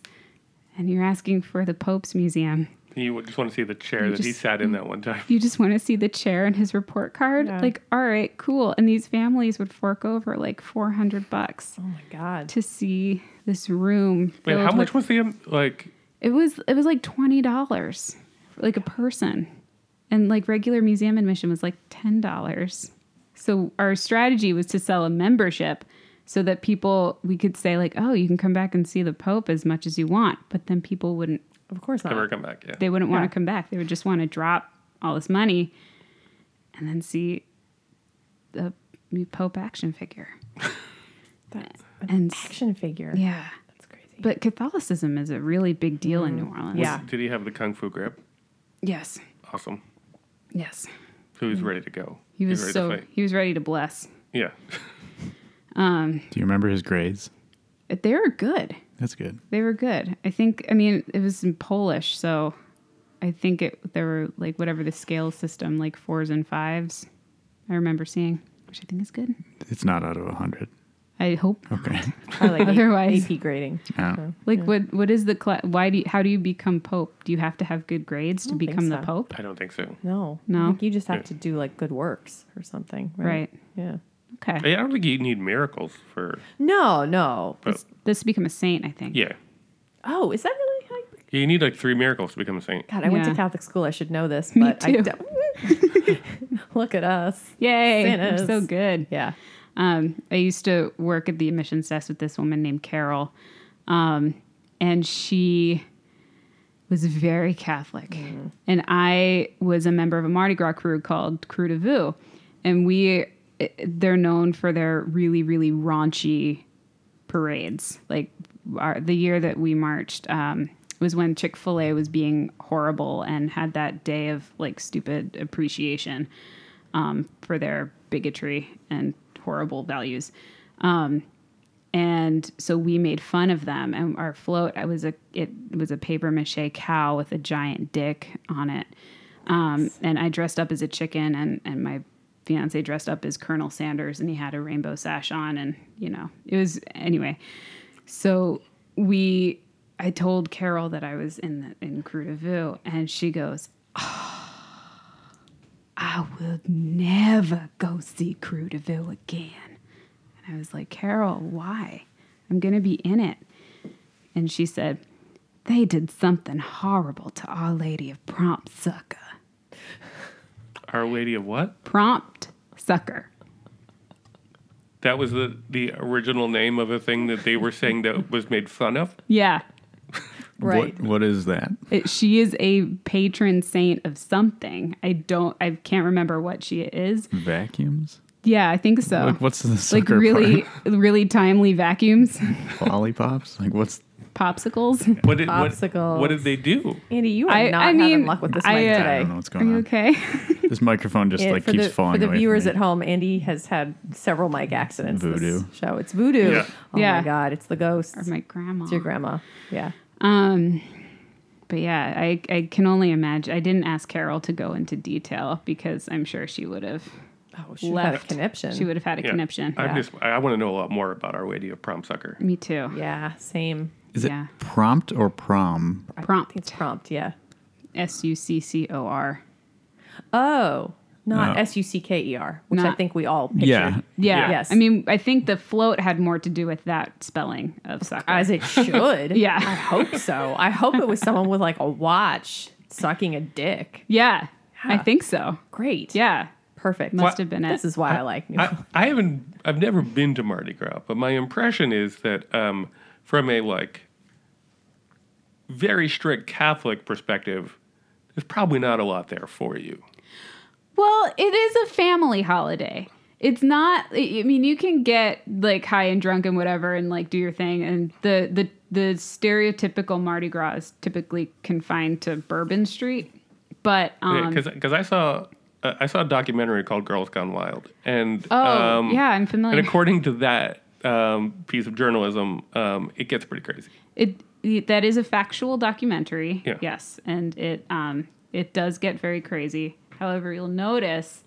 S4: And you're asking for the Pope's Museum.
S1: You just want to see the chair that he
S4: just-
S1: sat in that one time.
S4: you just want to see the chair and his report card
S3: Yeah.
S4: like all right cool and these families would fork over like 400 bucks
S3: oh my god.
S4: to see this room
S1: Wait, how
S4: filled
S1: much was
S4: with-
S1: the um, like?
S4: it was it was like $20 for, like a person and like regular museum admission was like $10 so our strategy was to sell a membership so that people we could say like oh you can come back and see the pope as much as you want but then people wouldn't
S3: Of course
S4: Uh,
S3: not.
S1: Never come back. Yeah.
S4: they wouldn't
S3: Yeah.
S4: want to come back. They would just want to drop all this money and then see the new Pope action figure.
S3: That's
S4: And s-
S3: action figure.
S4: yeah.
S3: That's crazy.
S4: But Catholicism is a really big deal in New Orleans.
S3: Mm. Yeah.
S1: Did he have the kung fu grip?
S4: Yes.
S1: Awesome.
S4: Yes.
S1: So he was ready to go.
S4: He was
S1: ready
S4: so
S1: To fight.
S4: he was ready to bless.
S1: Yeah.
S2: Do you remember his grades?
S4: But They were good.
S2: That's good.
S4: They were good. I think I mean it was in Polish, so I think it there were like whatever the scale system, like fours and fives. I remember seeing, which I think is good.
S2: It's not out of a hundred.
S4: I hope
S2: Okay.
S3: Or like
S4: Otherwise-
S3: Otherwise, AP grading.
S2: No.
S4: Like what? What is the cla Why do? You, how do you become pope? Do you have to have good grades to
S3: don't think
S4: become the
S3: so.
S4: pope?
S1: I don't think so.
S3: No,
S4: No.
S3: I think you just have to do like good works or something, right?
S4: Right.
S3: Yeah.
S4: Okay.
S1: Yeah, I don't think you need miracles for.
S3: No, no.
S1: But,
S4: This to become a saint, I think.
S1: yeah.
S3: Oh, is that really? How you...
S1: You need like three miracles to become a saint.
S3: God, I went to
S4: Yeah.
S3: Catholic school. I should know this, but
S4: too.
S3: I don't. Look at us.
S4: Yay!
S3: Sinners.
S4: We're so good.
S3: Yeah.
S4: Um, I used to work at the admissions desk with this woman named Carol, um, and she was very Catholic. And I was a member of a Mardi Gras crew called Crew de Vue, and we eh, they're known for their really really raunchy parades. Like our, the year that we marched um, was when Chick Fil A was being horrible and had that day of like stupid appreciation um, for their bigotry and horrible values. Um, and so we made fun of them. And our float, I was a it was a paper mache cow with a giant dick on it. Um, and I dressed up as a chicken, and and my fiance dressed up as Colonel Sanders, and he had a rainbow sash on, and you know it was anyway. So we, I told Carol that I was in the, in Crew de Vue, and she goes, I will never go see Crew de Ville again. And I was like, Carol, why? I'm going to be in it. And she said, They did something horrible to Our Lady of Prompt Sucker.
S1: Our Lady of what?
S4: Prompt Sucker.
S1: That was the the original name of a thing that they were saying that was made fun of.
S4: Yeah.
S3: Right.
S2: What, what is that?
S4: It, she is a patron saint of something. I don't. I can't remember what she is.
S2: Vacuums?
S4: Yeah, I think so.
S2: Like, what's the
S4: like
S2: sucker
S4: really, really timely vacuums,
S2: part? lollipops? Like what's
S4: popsicles.
S1: What did what,
S3: Popsicles.
S1: what did they do?
S3: Andy, you are
S4: I-
S3: not
S4: I mean,
S3: having luck with this
S4: I,
S3: mic
S4: uh,
S2: I
S3: today.
S2: don't know what's
S4: Are
S2: going
S4: you
S2: on.
S4: okay?
S2: This microphone just
S3: And
S2: like
S3: for
S2: keeps
S3: the,
S2: falling
S3: for the
S2: away from
S3: viewers
S2: me.
S3: at home, Andy has had several mic accidents. this
S2: Voodoo.
S3: show it's voodoo.
S1: Yeah.
S3: Oh
S4: Yeah.
S3: my god, it's the ghost.
S4: or
S3: It's
S4: my grandma.
S3: your grandma. Yeah.
S4: Um, but yeah, I I can only imagine. I didn't ask Carol to go into detail because I'm sure she would have.
S3: Oh, she had a
S4: Left.
S3: conniption.
S4: She would have had a
S1: Yeah.
S4: conniption.
S1: I'm
S4: Yeah.
S1: just I, I want to know a lot more about our way to a prom sucker.
S4: Me too.
S3: Yeah. Same.
S2: Is it
S4: Yeah.
S2: prompt or prom?
S3: I think it's prompt. Yeah.
S4: S U C C O R.
S3: Oh, not
S2: No.
S3: S U C K E R, which I
S4: Not-
S3: think we all pictured.
S2: Yeah.
S4: Yeah.
S3: Yes.
S4: I mean, I think the float had more to do with that spelling of sucker.
S3: As it should.
S4: Yeah.
S3: I hope so. I hope it was someone with like a watch sucking a dick.
S4: yeah, I
S3: Yeah.
S4: think so.
S3: Great.
S4: Yeah.
S3: Perfect.
S4: Must have been it.
S3: This is why I, like New
S1: I, I haven't I've never been to Mardi Gras, but my impression is that um, from a like very strict Catholic perspective, there's probably not a lot there for you.
S4: Well, it is a family holiday. It's not. I I mean, you can get like high and drunk and whatever, and like do your thing. And the the the stereotypical Mardi Gras is typically confined to Bourbon Street, but um,
S1: Because I saw uh, I saw a documentary called Girls Gone Wild, and
S4: oh
S1: um,
S4: yeah, I'm
S1: and
S4: familiar.
S1: according to that um, piece of journalism, um, it gets pretty crazy.
S4: it that is a factual documentary.
S1: Yeah.
S4: Yes, and it um it does get very crazy. However, you'll notice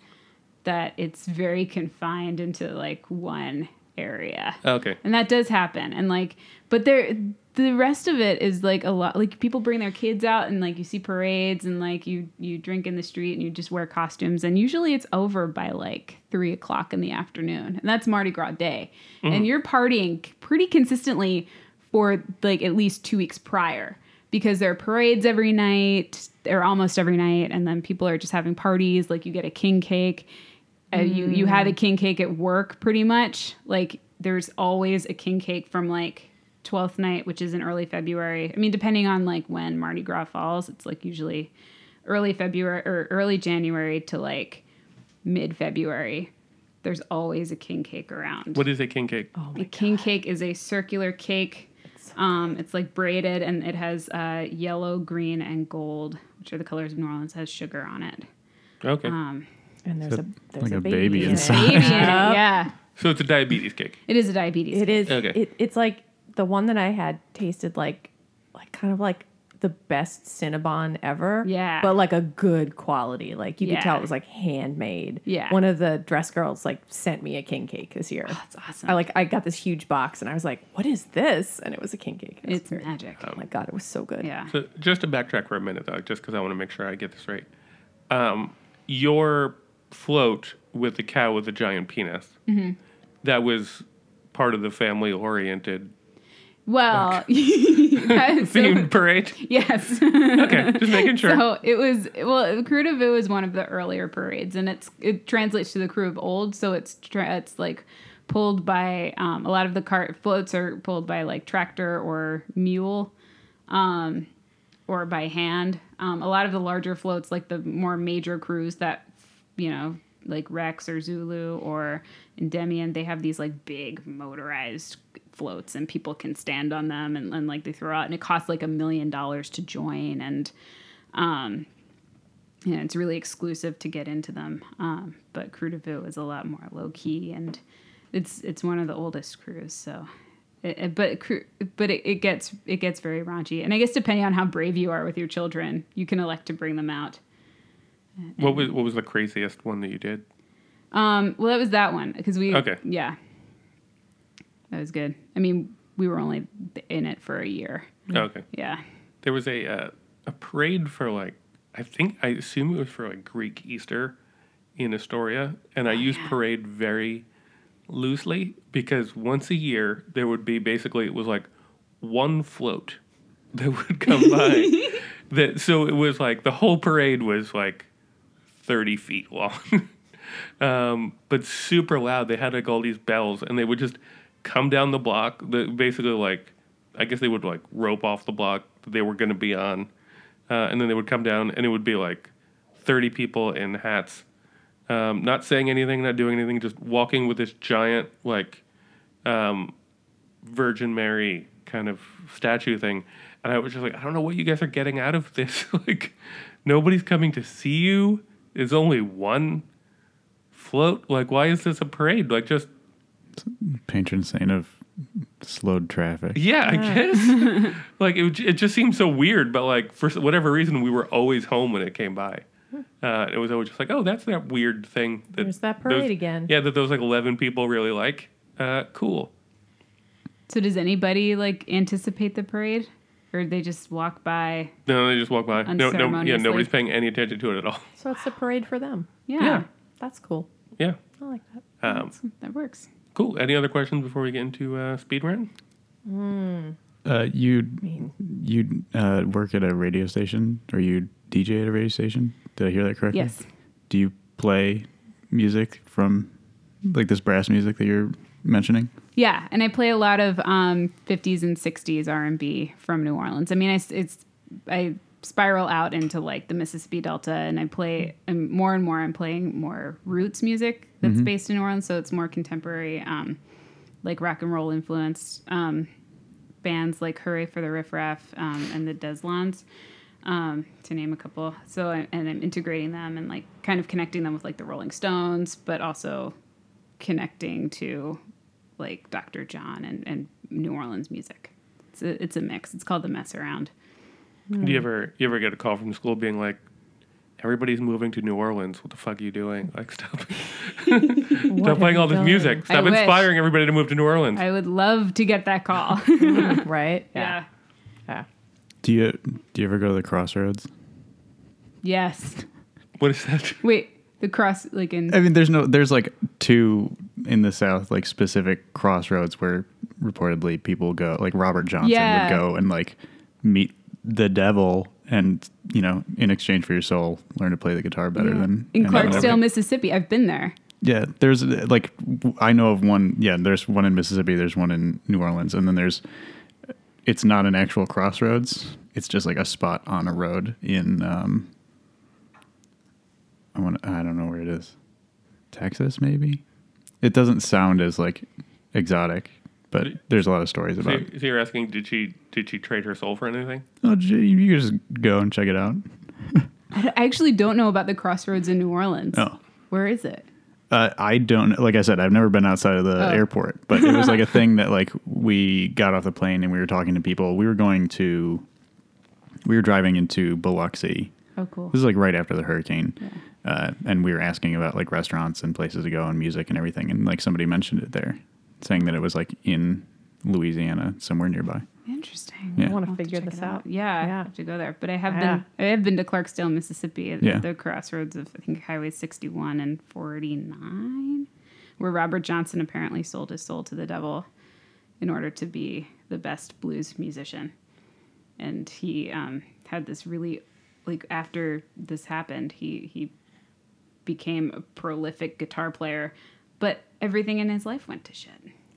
S4: that it's very confined into like one area.
S1: Okay,
S4: and that does happen and like but there the rest of it is like a lot like people bring their kids out and like you see parades and like you you drink in the street and you just wear costumes and usually it's over by like three o'clock in the afternoon and that's mardi gras day and you're partying pretty consistently for like at least two weeks prior because there are parades every night or almost every night and then people are just having parties like you get a king cake uh, you you had
S3: Mm.
S4: a king cake at work pretty much like there's always a king cake from like 12th night which is in early february i mean depending on like when mardi gras falls it's like usually early february or early january to like mid february there's always a king cake around
S1: what is a king cake?
S3: Oh
S4: a king cake is a circular cake um, it's like braided and it has uh, yellow green and gold which are the colors of new orleans has sugar on it
S1: Okay,
S4: um,
S3: And there's a there's
S2: like
S3: a
S2: a
S3: baby,
S2: baby
S3: in it.
S2: inside.
S4: Baby in it, yeah
S1: so it's a diabetes cake.
S4: it is a diabetes
S3: It is.
S1: Okay.
S3: It, it's like the one that I had tasted like, like kind of like the best Cinnabon ever.
S4: Yeah.
S3: But like a good quality. Like you
S4: Yeah.
S3: could tell it was like handmade.
S4: Yeah. Oh,
S3: One of the dress girls like sent me a king cake this year.
S4: That's awesome.
S3: I like I got this huge box and I was like, what is this? And it was a king cake. It was
S4: it's
S3: very-
S4: magic.
S3: Oh my god, it was so good.
S4: Yeah.
S1: So just to backtrack for a minute, though, just because I want to make sure I get this right. Um, your float with the cow with the giant penis,
S4: Mm-hmm.
S1: that was part of the family oriented
S4: Well, yes,
S1: themed parade.
S4: yes.
S1: Okay, just making sure.
S4: So it was well, the crew of it was one of the earlier parades, and it's it translates to the crew of old. So it's tra- it's like pulled by um, a lot of the cart floats are pulled by like tractor or mule, um, or by hand. Um, a lot of the larger floats, like the more major crews that you know like Rex or Zulu or Endymion, they have these like big motorized floats and people can stand on them and, and like they throw out and it costs like a million dollars to join and you know, it's really exclusive to get into them. Um, but Crew de Vue is a lot more low key, and it's it's one of the oldest crews. So, it, it- but crew, but it, it gets it gets very raunchy, and I guess depending on how brave you are with your children, you can elect to bring them out.
S1: What was what was the craziest one that you did?
S4: Um, well, that was that one because we
S1: Okay.
S4: yeah, that was good. I mean, we were only in it for a year.
S1: Okay,
S4: Yeah,
S1: there was a uh, a parade for like I think I assume it was for like Greek Easter in Astoria, and I use parade very loosely because once a year there would be basically it was like one float that would come by. That so it was like the whole parade was like thirty feet long, um, but super loud. They had like all these bells, and they would just come down the block. The, basically like I guess they would like rope off the block that they were going to be on, uh, and then they would come down, and it would be like thirty people in hats, um, not saying anything, not doing anything, just walking with this giant like um, Virgin Mary kind of statue thing, and I was just like, I don't know what you guys are getting out of this. like, nobody's coming to see you. There's only one float. Like, why is this a parade? Like, just
S2: patron saint of slowed traffic.
S1: yeah, I guess. like it, j- it just seemed so weird, but like for s- whatever reason, we were always home when it came by. Uh, it was always just like, oh, that's that weird thing. That
S3: Hmm. There's that
S1: those-
S3: parade again.
S1: Yeah, that those like eleven people really like. Uh, cool.
S4: So does anybody like anticipate the parade, or they just walk by?
S1: No, they just walk by. No, no, yeah,
S4: Unceremoniously.
S1: nobody's paying any attention to it at all.
S3: So it's a parade for them.
S4: Yeah,
S1: Yeah.
S3: That's cool.
S1: Yeah,
S3: I like that.
S1: um,
S4: that works.
S1: cool. Any other questions before we get into uh, speed round?
S2: Uh, you you uh, work at a radio station or you DJ at a radio station? Did I hear that correctly?
S4: Yes.
S2: Do you play music from like this brass music that you're mentioning?
S4: Yeah, and I play a lot of um, 50s and 60s R&B from New Orleans. I mean, I, s- it's I spiral out into like the Mississippi Delta, and I play and more and more. I'm playing more roots music that's based in New Orleans, so it's more contemporary, um, like rock and roll influenced um, bands like Hooray for the Riff Raff um, and the Deslons. Um, to name a couple, so I, and I'm integrating them and like kind of connecting them with like the Rolling Stones, but also connecting to like Dr. John and, and New Orleans music. It's a, it's a mix. It's called the mess around.
S1: Do
S3: Mm-hmm.
S1: you ever you ever get a call from school being like, everybody's moving to New Orleans. What the fuck are you doing? Like stop. Stop playing all this music. Stop
S4: wish.
S1: inspiring everybody to move to New Orleans.
S4: I would love to get that call.
S3: Right?
S4: yeah.
S3: Yeah.
S2: Do you do you ever go to the crossroads?
S4: Yes.
S1: what is that?
S4: Wait, the cross like in
S2: I mean, there's no there's like two in the South like specific crossroads where reportedly people go. Like Robert Johnson
S4: Yeah.
S2: would go and like meet the devil and you know in exchange for your soul learn to play the guitar better than
S4: in
S2: anyone else.
S4: Clarksdale, Mississippi. I've been there.
S2: Yeah, there's uh, like w- I know of one. Yeah, there's one in Mississippi. There's one in New Orleans, and then there's. It's not an actual crossroads. It's just like a spot on a road in. Um, I want. I don't know where it is. Texas, maybe. It doesn't sound as like exotic, but there's a lot of stories
S1: So,
S2: about.
S1: you- so you're asking, did she did she trade her soul for anything?
S2: Oh, gee, you can just go and check it out.
S4: I d- I actually don't know about the crossroads in New Orleans.
S2: Oh.
S4: Where is it?
S2: Uh, I don't like I said I've never been outside of the
S4: Oh.
S2: airport, but it was like a thing that like we got off the plane and we were talking to people. We were going to we were driving into Biloxi.
S4: Oh, cool.
S2: This is like right after the hurricane. Uh, and we were asking about like restaurants and places to go and music and everything and like somebody mentioned it there saying that it was like in Louisiana somewhere nearby.
S4: Interesting.
S2: Yeah.
S3: I want
S4: I'll
S3: to
S4: have to
S3: figure
S4: check
S3: this
S4: it
S3: out.
S4: Yeah, I
S3: Yeah.
S4: have to go there. But I have
S3: Yeah.
S4: been I have been to Clarksdale, Mississippi at
S2: Yeah.
S4: the crossroads of I think Highway 61 and 49 where Robert Johnson apparently sold his soul to the devil in order to be the best blues musician. And he um, had this really like after this happened, he he became a prolific guitar player, but everything in his life went to shit.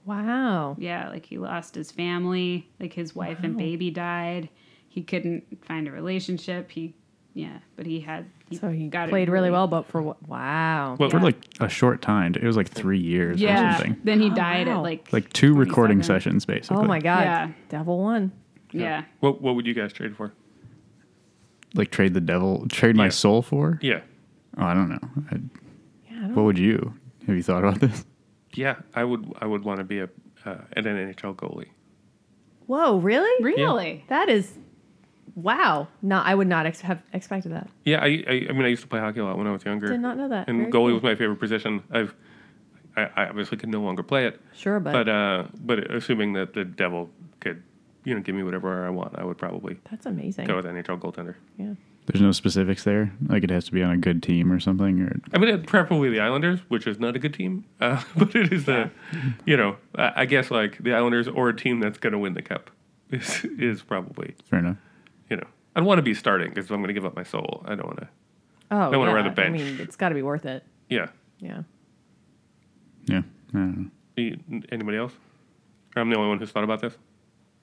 S3: Wow.
S4: Yeah, like he lost his family, like his wife and baby died. He couldn't find a relationship. He, yeah, but he had. He
S3: So he
S4: it
S3: played really well, but for what? Wow.
S1: Well,
S2: For like a short time. It was like 3 years or
S4: Yeah.
S2: something.
S4: Then he died
S3: Oh, wow.
S4: at like
S2: Like two recording
S4: 27.
S2: sessions basically.
S3: oh my God.
S4: Yeah.
S3: Devil one.
S4: Yeah.
S1: What what would you guys trade for?
S2: Like trade the devil, trade my
S1: Yeah.
S2: soul for?
S1: Yeah,
S2: Oh, I don't know. I,
S3: Yeah. I don't
S2: What would you? Have you thought about this?
S1: yeah. I would I would want to be a uh, an NHL goalie.
S3: Whoa, really?
S4: Really?
S3: That is, wow. No, I would not ex- have expected that.
S1: Yeah, I, I I mean I used to play hockey a lot when I was younger.
S3: Did not know that.
S1: And goalie
S3: Very cool.
S1: was my favorite position. I've I, I obviously can no longer play it,
S3: Sure, but,
S1: but uh, but assuming that the devil could you know give me whatever I want, I would probably
S3: that's amazing.
S1: go with NHL goaltender.
S3: Yeah.
S2: There's no specifics there. Like it has to be on a good team or something. Or
S1: I mean, it- preferably the Islanders, which is not a good team, uh, but it is the, you know, I I guess like the Islanders or a team that's going to win the cup is is probably
S2: fair enough.
S1: you know I'd want to be starting because I'm going to give up my soul. I don't want to.
S3: Oh,
S1: No one
S3: yeah.
S1: around the bench.
S3: I mean, it's got to be worth it.
S1: Yeah.
S3: Yeah.
S2: Yeah. I don't know.
S1: You- Anybody else? I'm the only one who's thought about this.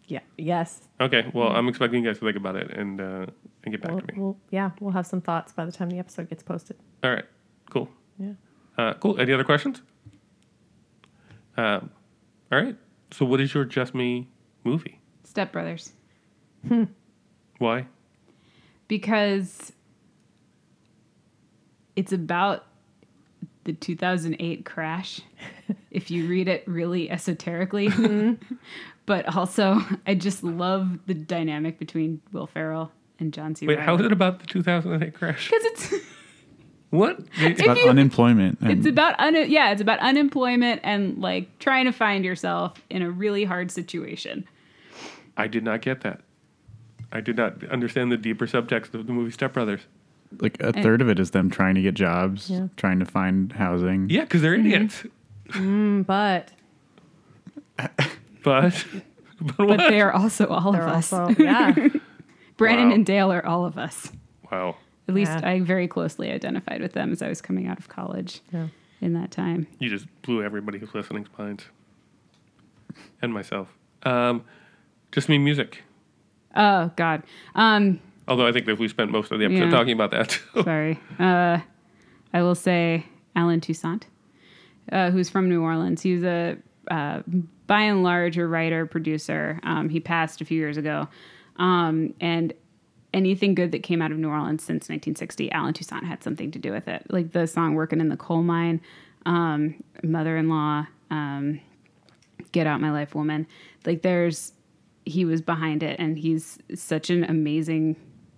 S3: Yeah. Yes.
S1: Okay, well, I'm expecting you guys to think about it and uh, and get back
S3: Mm-hmm. We'll,
S1: to me.
S3: we'll, yeah, we'll have some thoughts by the time the episode gets posted.
S1: All right, cool.
S3: Yeah.
S1: Uh, cool. Any other questions? Um, all right. So, what is your Just Me movie?
S4: Step Brothers.
S1: Why?
S4: because it's about the 2008 crash if you read it really esoterically
S3: Mm-hmm.
S4: but also i just love the dynamic between will ferrell and john c
S1: Wait, how is it about the 2008 crash?
S4: because it's
S1: What?
S2: It's about
S4: you-
S2: unemployment. And
S4: it's about un- yeah it's about unemployment and like trying to find yourself in a really hard situation
S1: I did not get that. I did not understand the deeper subtext of the movie Step Brothers.
S2: like a third of it is them trying to get jobs,
S3: Yeah.
S2: trying to find housing.
S1: Yeah, because they're idiots.
S3: Mm, But
S1: But, but what?
S4: but they're also all
S3: they're
S4: of us
S3: also, yeah.
S4: brandon
S1: Wow.
S4: and dale are all of us
S1: wow.
S4: At least
S3: Yeah.
S4: I very closely identified with them as I was coming out of college
S3: Yeah.
S4: in that time.
S1: You just blew everybody who's listening's minds. And myself. Um, just me music.
S4: Oh God. Um,
S1: Although I think that we spent most of the episode
S4: Yeah.
S1: talking about that. so-
S4: sorry. Uh, I will say Alan Toussaint, uh, who's from New Orleans. He's a uh, by and large a writer producer. Um, he passed a few years ago, um, and anything good that came out of New Orleans since 1960, Alan Toussaint had something to do with it. Like the song "Working in the Coal Mine," um, "Mother-in-Law," um, "Get Out My Life, Woman." Like there's he was behind it and he's such an amazing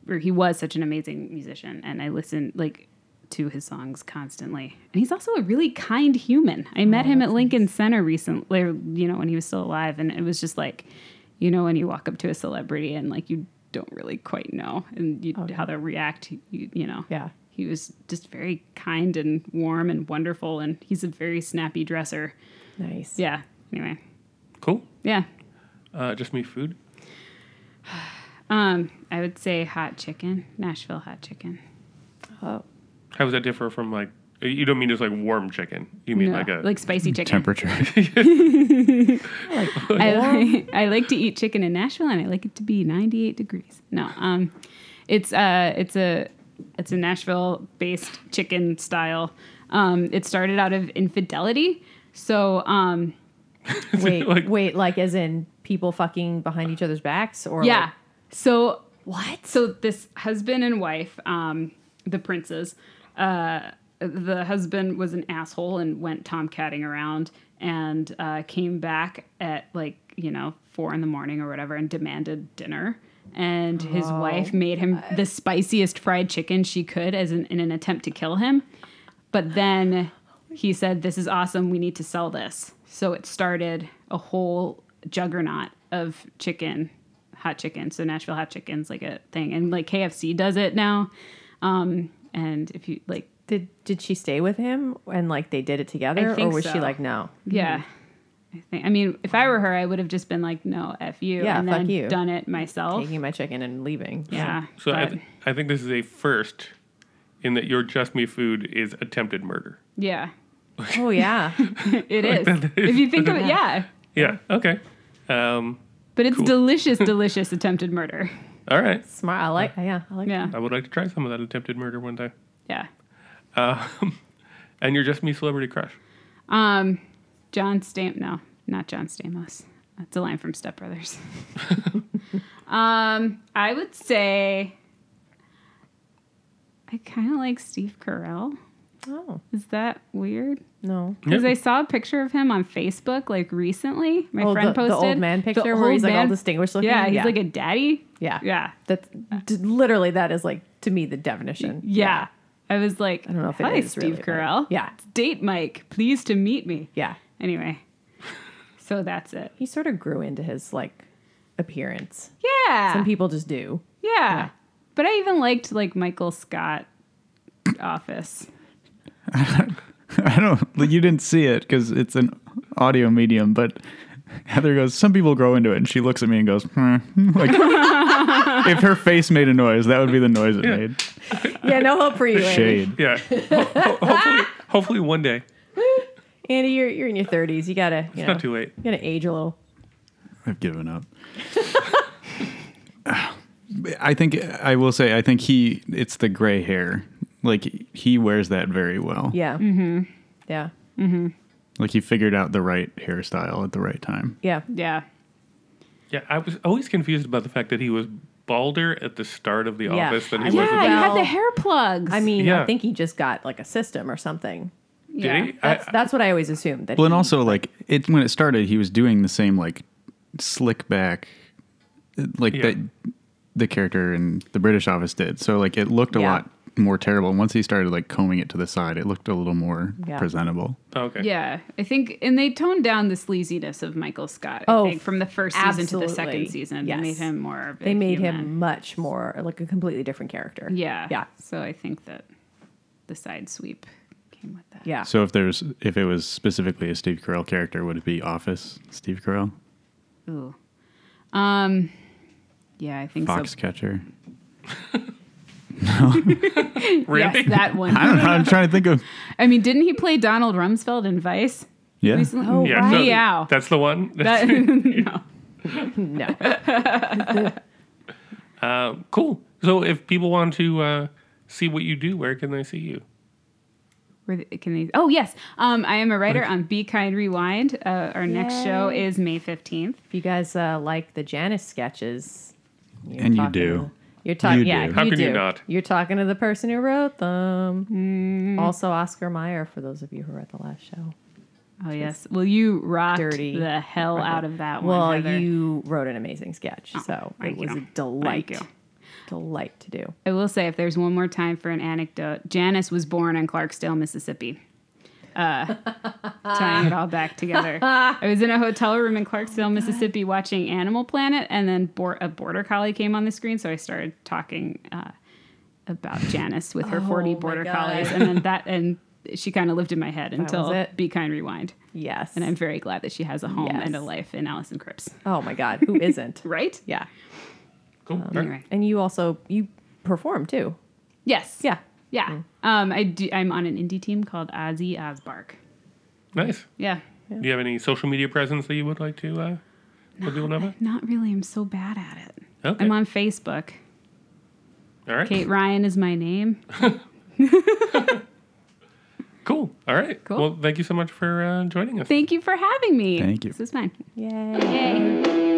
S4: or he was such an amazing musician and i listen like to his songs constantly and he's also a really kind human i met him at lincoln center recently or, you know when he was still alive and it was just like you know when you walk up to a celebrity and like you don't really quite know and you, how they react you, you know
S3: Yeah.
S4: he was just very kind and warm and wonderful and he's a very snappy dresser
S3: Nice.
S4: yeah anyway
S1: Cool.
S4: yeah
S1: Uh, just me food.
S4: Um, I would say hot chicken, Nashville hot chicken.
S3: Oh.
S1: How does that differ from like? You don't mean just like warm chicken. You mean
S4: No,
S1: like a
S4: spicy chicken.
S2: Temperature.
S4: I like, I like to eat chicken in Nashville, and I like it to be 98 degrees. No, um, it's uh, it's a it's a Nashville-based chicken style. Um, it started out of infidelity, so um,
S3: Wait,
S1: Like-
S3: wait, like as in people fucking behind each other's backs or
S4: yeah.
S3: like-
S4: so what? So this husband and wife, um, the princes, uh, the husband was an asshole and went tomcatting around and uh, came back at like you know four in the morning or whatever and demanded dinner. And his wife made him the spiciest fried chicken she could as an, in an attempt to kill him. But then he said, This is awesome. We need to sell this. So it started a whole juggernaut of chicken, hot chicken. So Nashville hot chicken's like a thing. And like KFC does it now. Um, and if you like,
S3: did did she stay with him and like they did it together
S4: I think
S3: or was she
S4: so.
S3: like no?
S4: yeah. I think, I mean, if I were her, I would have just been like, No, F you.
S3: Yeah,
S4: and
S3: fuck
S4: then
S3: you.
S4: done it myself.
S3: Taking my chicken and leaving.
S4: Yeah.
S1: So I,
S4: but-
S1: th- I think this is a first in that your just me food is attempted murder.
S4: yeah,
S3: Oh yeah.
S4: it is.
S1: that is-
S4: If you think of it, yeah.
S1: Yeah. Okay. Um,
S4: But it's delicious, delicious attempted murder.
S1: all right.
S3: Smart. I like yeah, I like
S4: Yeah.
S1: I would like to try some of that attempted murder one day.
S4: Yeah.
S1: Um, and your just me celebrity crush.
S4: Um, John Stamos. No, not John Stamos. That's a line from Step Brothers. um, I would say I kind of like Steve Carell.
S3: Oh.
S4: Is that weird?
S3: No.
S4: Because
S1: Yep.
S4: I saw a picture of him on Facebook like recently. My
S3: oh,
S4: friend
S3: the,
S4: posted
S3: the old man
S4: The
S3: picture where
S4: old
S3: he's like all
S4: man-
S3: distinguished looking.
S4: Yeah, he's like a daddy.
S3: Yeah.
S4: Yeah.
S3: That's d- literally that is like to me the definition.
S4: Yeah. I was like, I
S3: don't know if it
S4: Hi,
S3: is
S4: Steve
S3: really, but-
S4: Carell.
S3: Yeah.
S4: Date Mike. Pleased to meet me.
S3: Yeah.
S4: Anyway, so that's it.
S3: He sort of grew into his like appearance.
S4: Yeah.
S3: Some people just do.
S4: Yeah. But I even liked like Michael Scott office.
S2: I don't. You didn't see it because it's an audio medium, but. Heather goes, some people grow into it. And she looks at me and goes, hmm. like, if her face made a noise, that would be the noise it made.
S3: Yeah, no hope for you, Andy.
S2: Shade.
S1: Yeah. Ho- ho- hopefully, hopefully one day.
S3: Andy, you're you're in your thirties. You gotta you
S1: It's
S3: know
S1: not too late.
S3: you're gonna age a little.
S2: I've given up. I think I will say I think he it's the gray hair. Like he wears that very well.
S3: Yeah. Mm-hmm. Yeah.
S2: Like he figured out the right hairstyle at the right time.
S3: Yeah.
S4: Yeah.
S1: Yeah, I was always confused about the fact that he was balder at the start of the
S3: Yeah.
S1: office than he
S3: I
S1: was.
S4: Yeah,
S1: At
S4: you
S1: the,
S4: had
S3: Well-
S4: the hair plugs.
S3: I mean, I
S1: Yeah.
S3: think he just got like a system or something.
S4: yeah.
S1: Did he?
S3: That's
S1: I,
S3: that's what I always assumed. That
S2: Well, and
S3: he-
S2: also like it when it started, he was doing the same like slick back, like
S1: Yeah.
S2: that the character in the British Office did. So like it looked a
S3: Yeah.
S2: lot more terrible. And once he started like combing it to the side, it looked a little more
S3: Yeah.
S2: presentable.
S1: okay.
S4: Yeah, I think, and they toned down the sleaziness of Michael Scott. I
S3: Oh,
S4: think from the first season to the
S3: absolutely.
S4: second season,
S3: Yes.
S4: they made him more. Of a
S3: they made
S4: human.
S3: him much more like a completely different character.
S4: Yeah,
S3: Yeah.
S4: So I think that the side sweep came with that.
S3: Yeah.
S2: So if there's if it was specifically a Steve Carell character, would it be Office Steve Carell,
S4: Ooh. Um. Yeah, I think so.
S2: Foxcatcher?
S1: Randy?
S4: Yes, that one.
S2: I don't know. I'm trying to think of
S4: I mean, didn't he play Donald Rumsfeld in Vice?
S2: yeah.
S4: Recently?
S3: Oh,
S1: Yeah, so
S3: right.
S4: Meow.
S1: that's the one.
S4: That- no.
S3: No.
S1: Uh, cool. So if people want to uh, see what you do, where can they see you?
S4: Where the- can they? Oh yes, um, I am a writer on Be Kind Rewind. Uh, our next show is May fifteenth.
S3: If you guys uh, like the Janice sketches, you're
S2: And you
S3: talking
S2: do.
S3: to- You're talking.
S2: You
S3: Yeah,
S2: do.
S1: How
S3: you
S1: can you
S3: do.
S1: not?
S3: You're talking to the person who wrote them.
S4: Mm.
S3: Also, Oscar Meyer. For those of you who read the last show,
S4: Oh yes. Well, you rocked
S3: dirty.
S4: the hell out of that one.
S3: well,
S4: Heather. Oh,
S3: you wrote an amazing sketch, so it
S4: thank
S3: was
S4: you.
S3: a delight,
S4: Thank you.
S3: delight to do.
S4: I will say, if there's one more time for an anecdote, Janice was born in Clarksdale, Mississippi. Uh, tying it all back together. I was in a hotel room in Clarksdale, Mississippi, watching Animal Planet, and then bor- a border collie came on the screen, so I started talking uh, about Janice with her 40
S3: my
S4: border
S3: God.
S4: collies, and then that and she kind of lived in my head
S3: was
S4: until
S3: it.
S4: Be Kind Rewind.
S3: Yes,
S4: And I'm very glad that she has a home
S3: Yes.
S4: and a life in Allison Cripps.
S3: oh my God, who isn't?
S4: Right?
S3: yeah,
S1: Cool.
S4: Um, Anyway.
S3: and you also you perform too.
S4: Yes.
S3: Yeah, Mm.
S4: Yeah. Um, I do, I'm on an indie team called Ozzy Osbark.
S1: Nice.
S4: Yeah.
S1: Do you have any social media presence that you would like to uh, let people know about?
S4: Not really. I'm so bad at it.
S1: Okay.
S4: I'm on Facebook.
S1: All right.
S4: Kate Ryan is my name.
S1: Cool. All right.
S4: Cool.
S1: Well, thank you so much for uh, joining us.
S4: Thank you for having me.
S2: Thank you.
S4: This is mine.
S3: yay.
S4: Yay.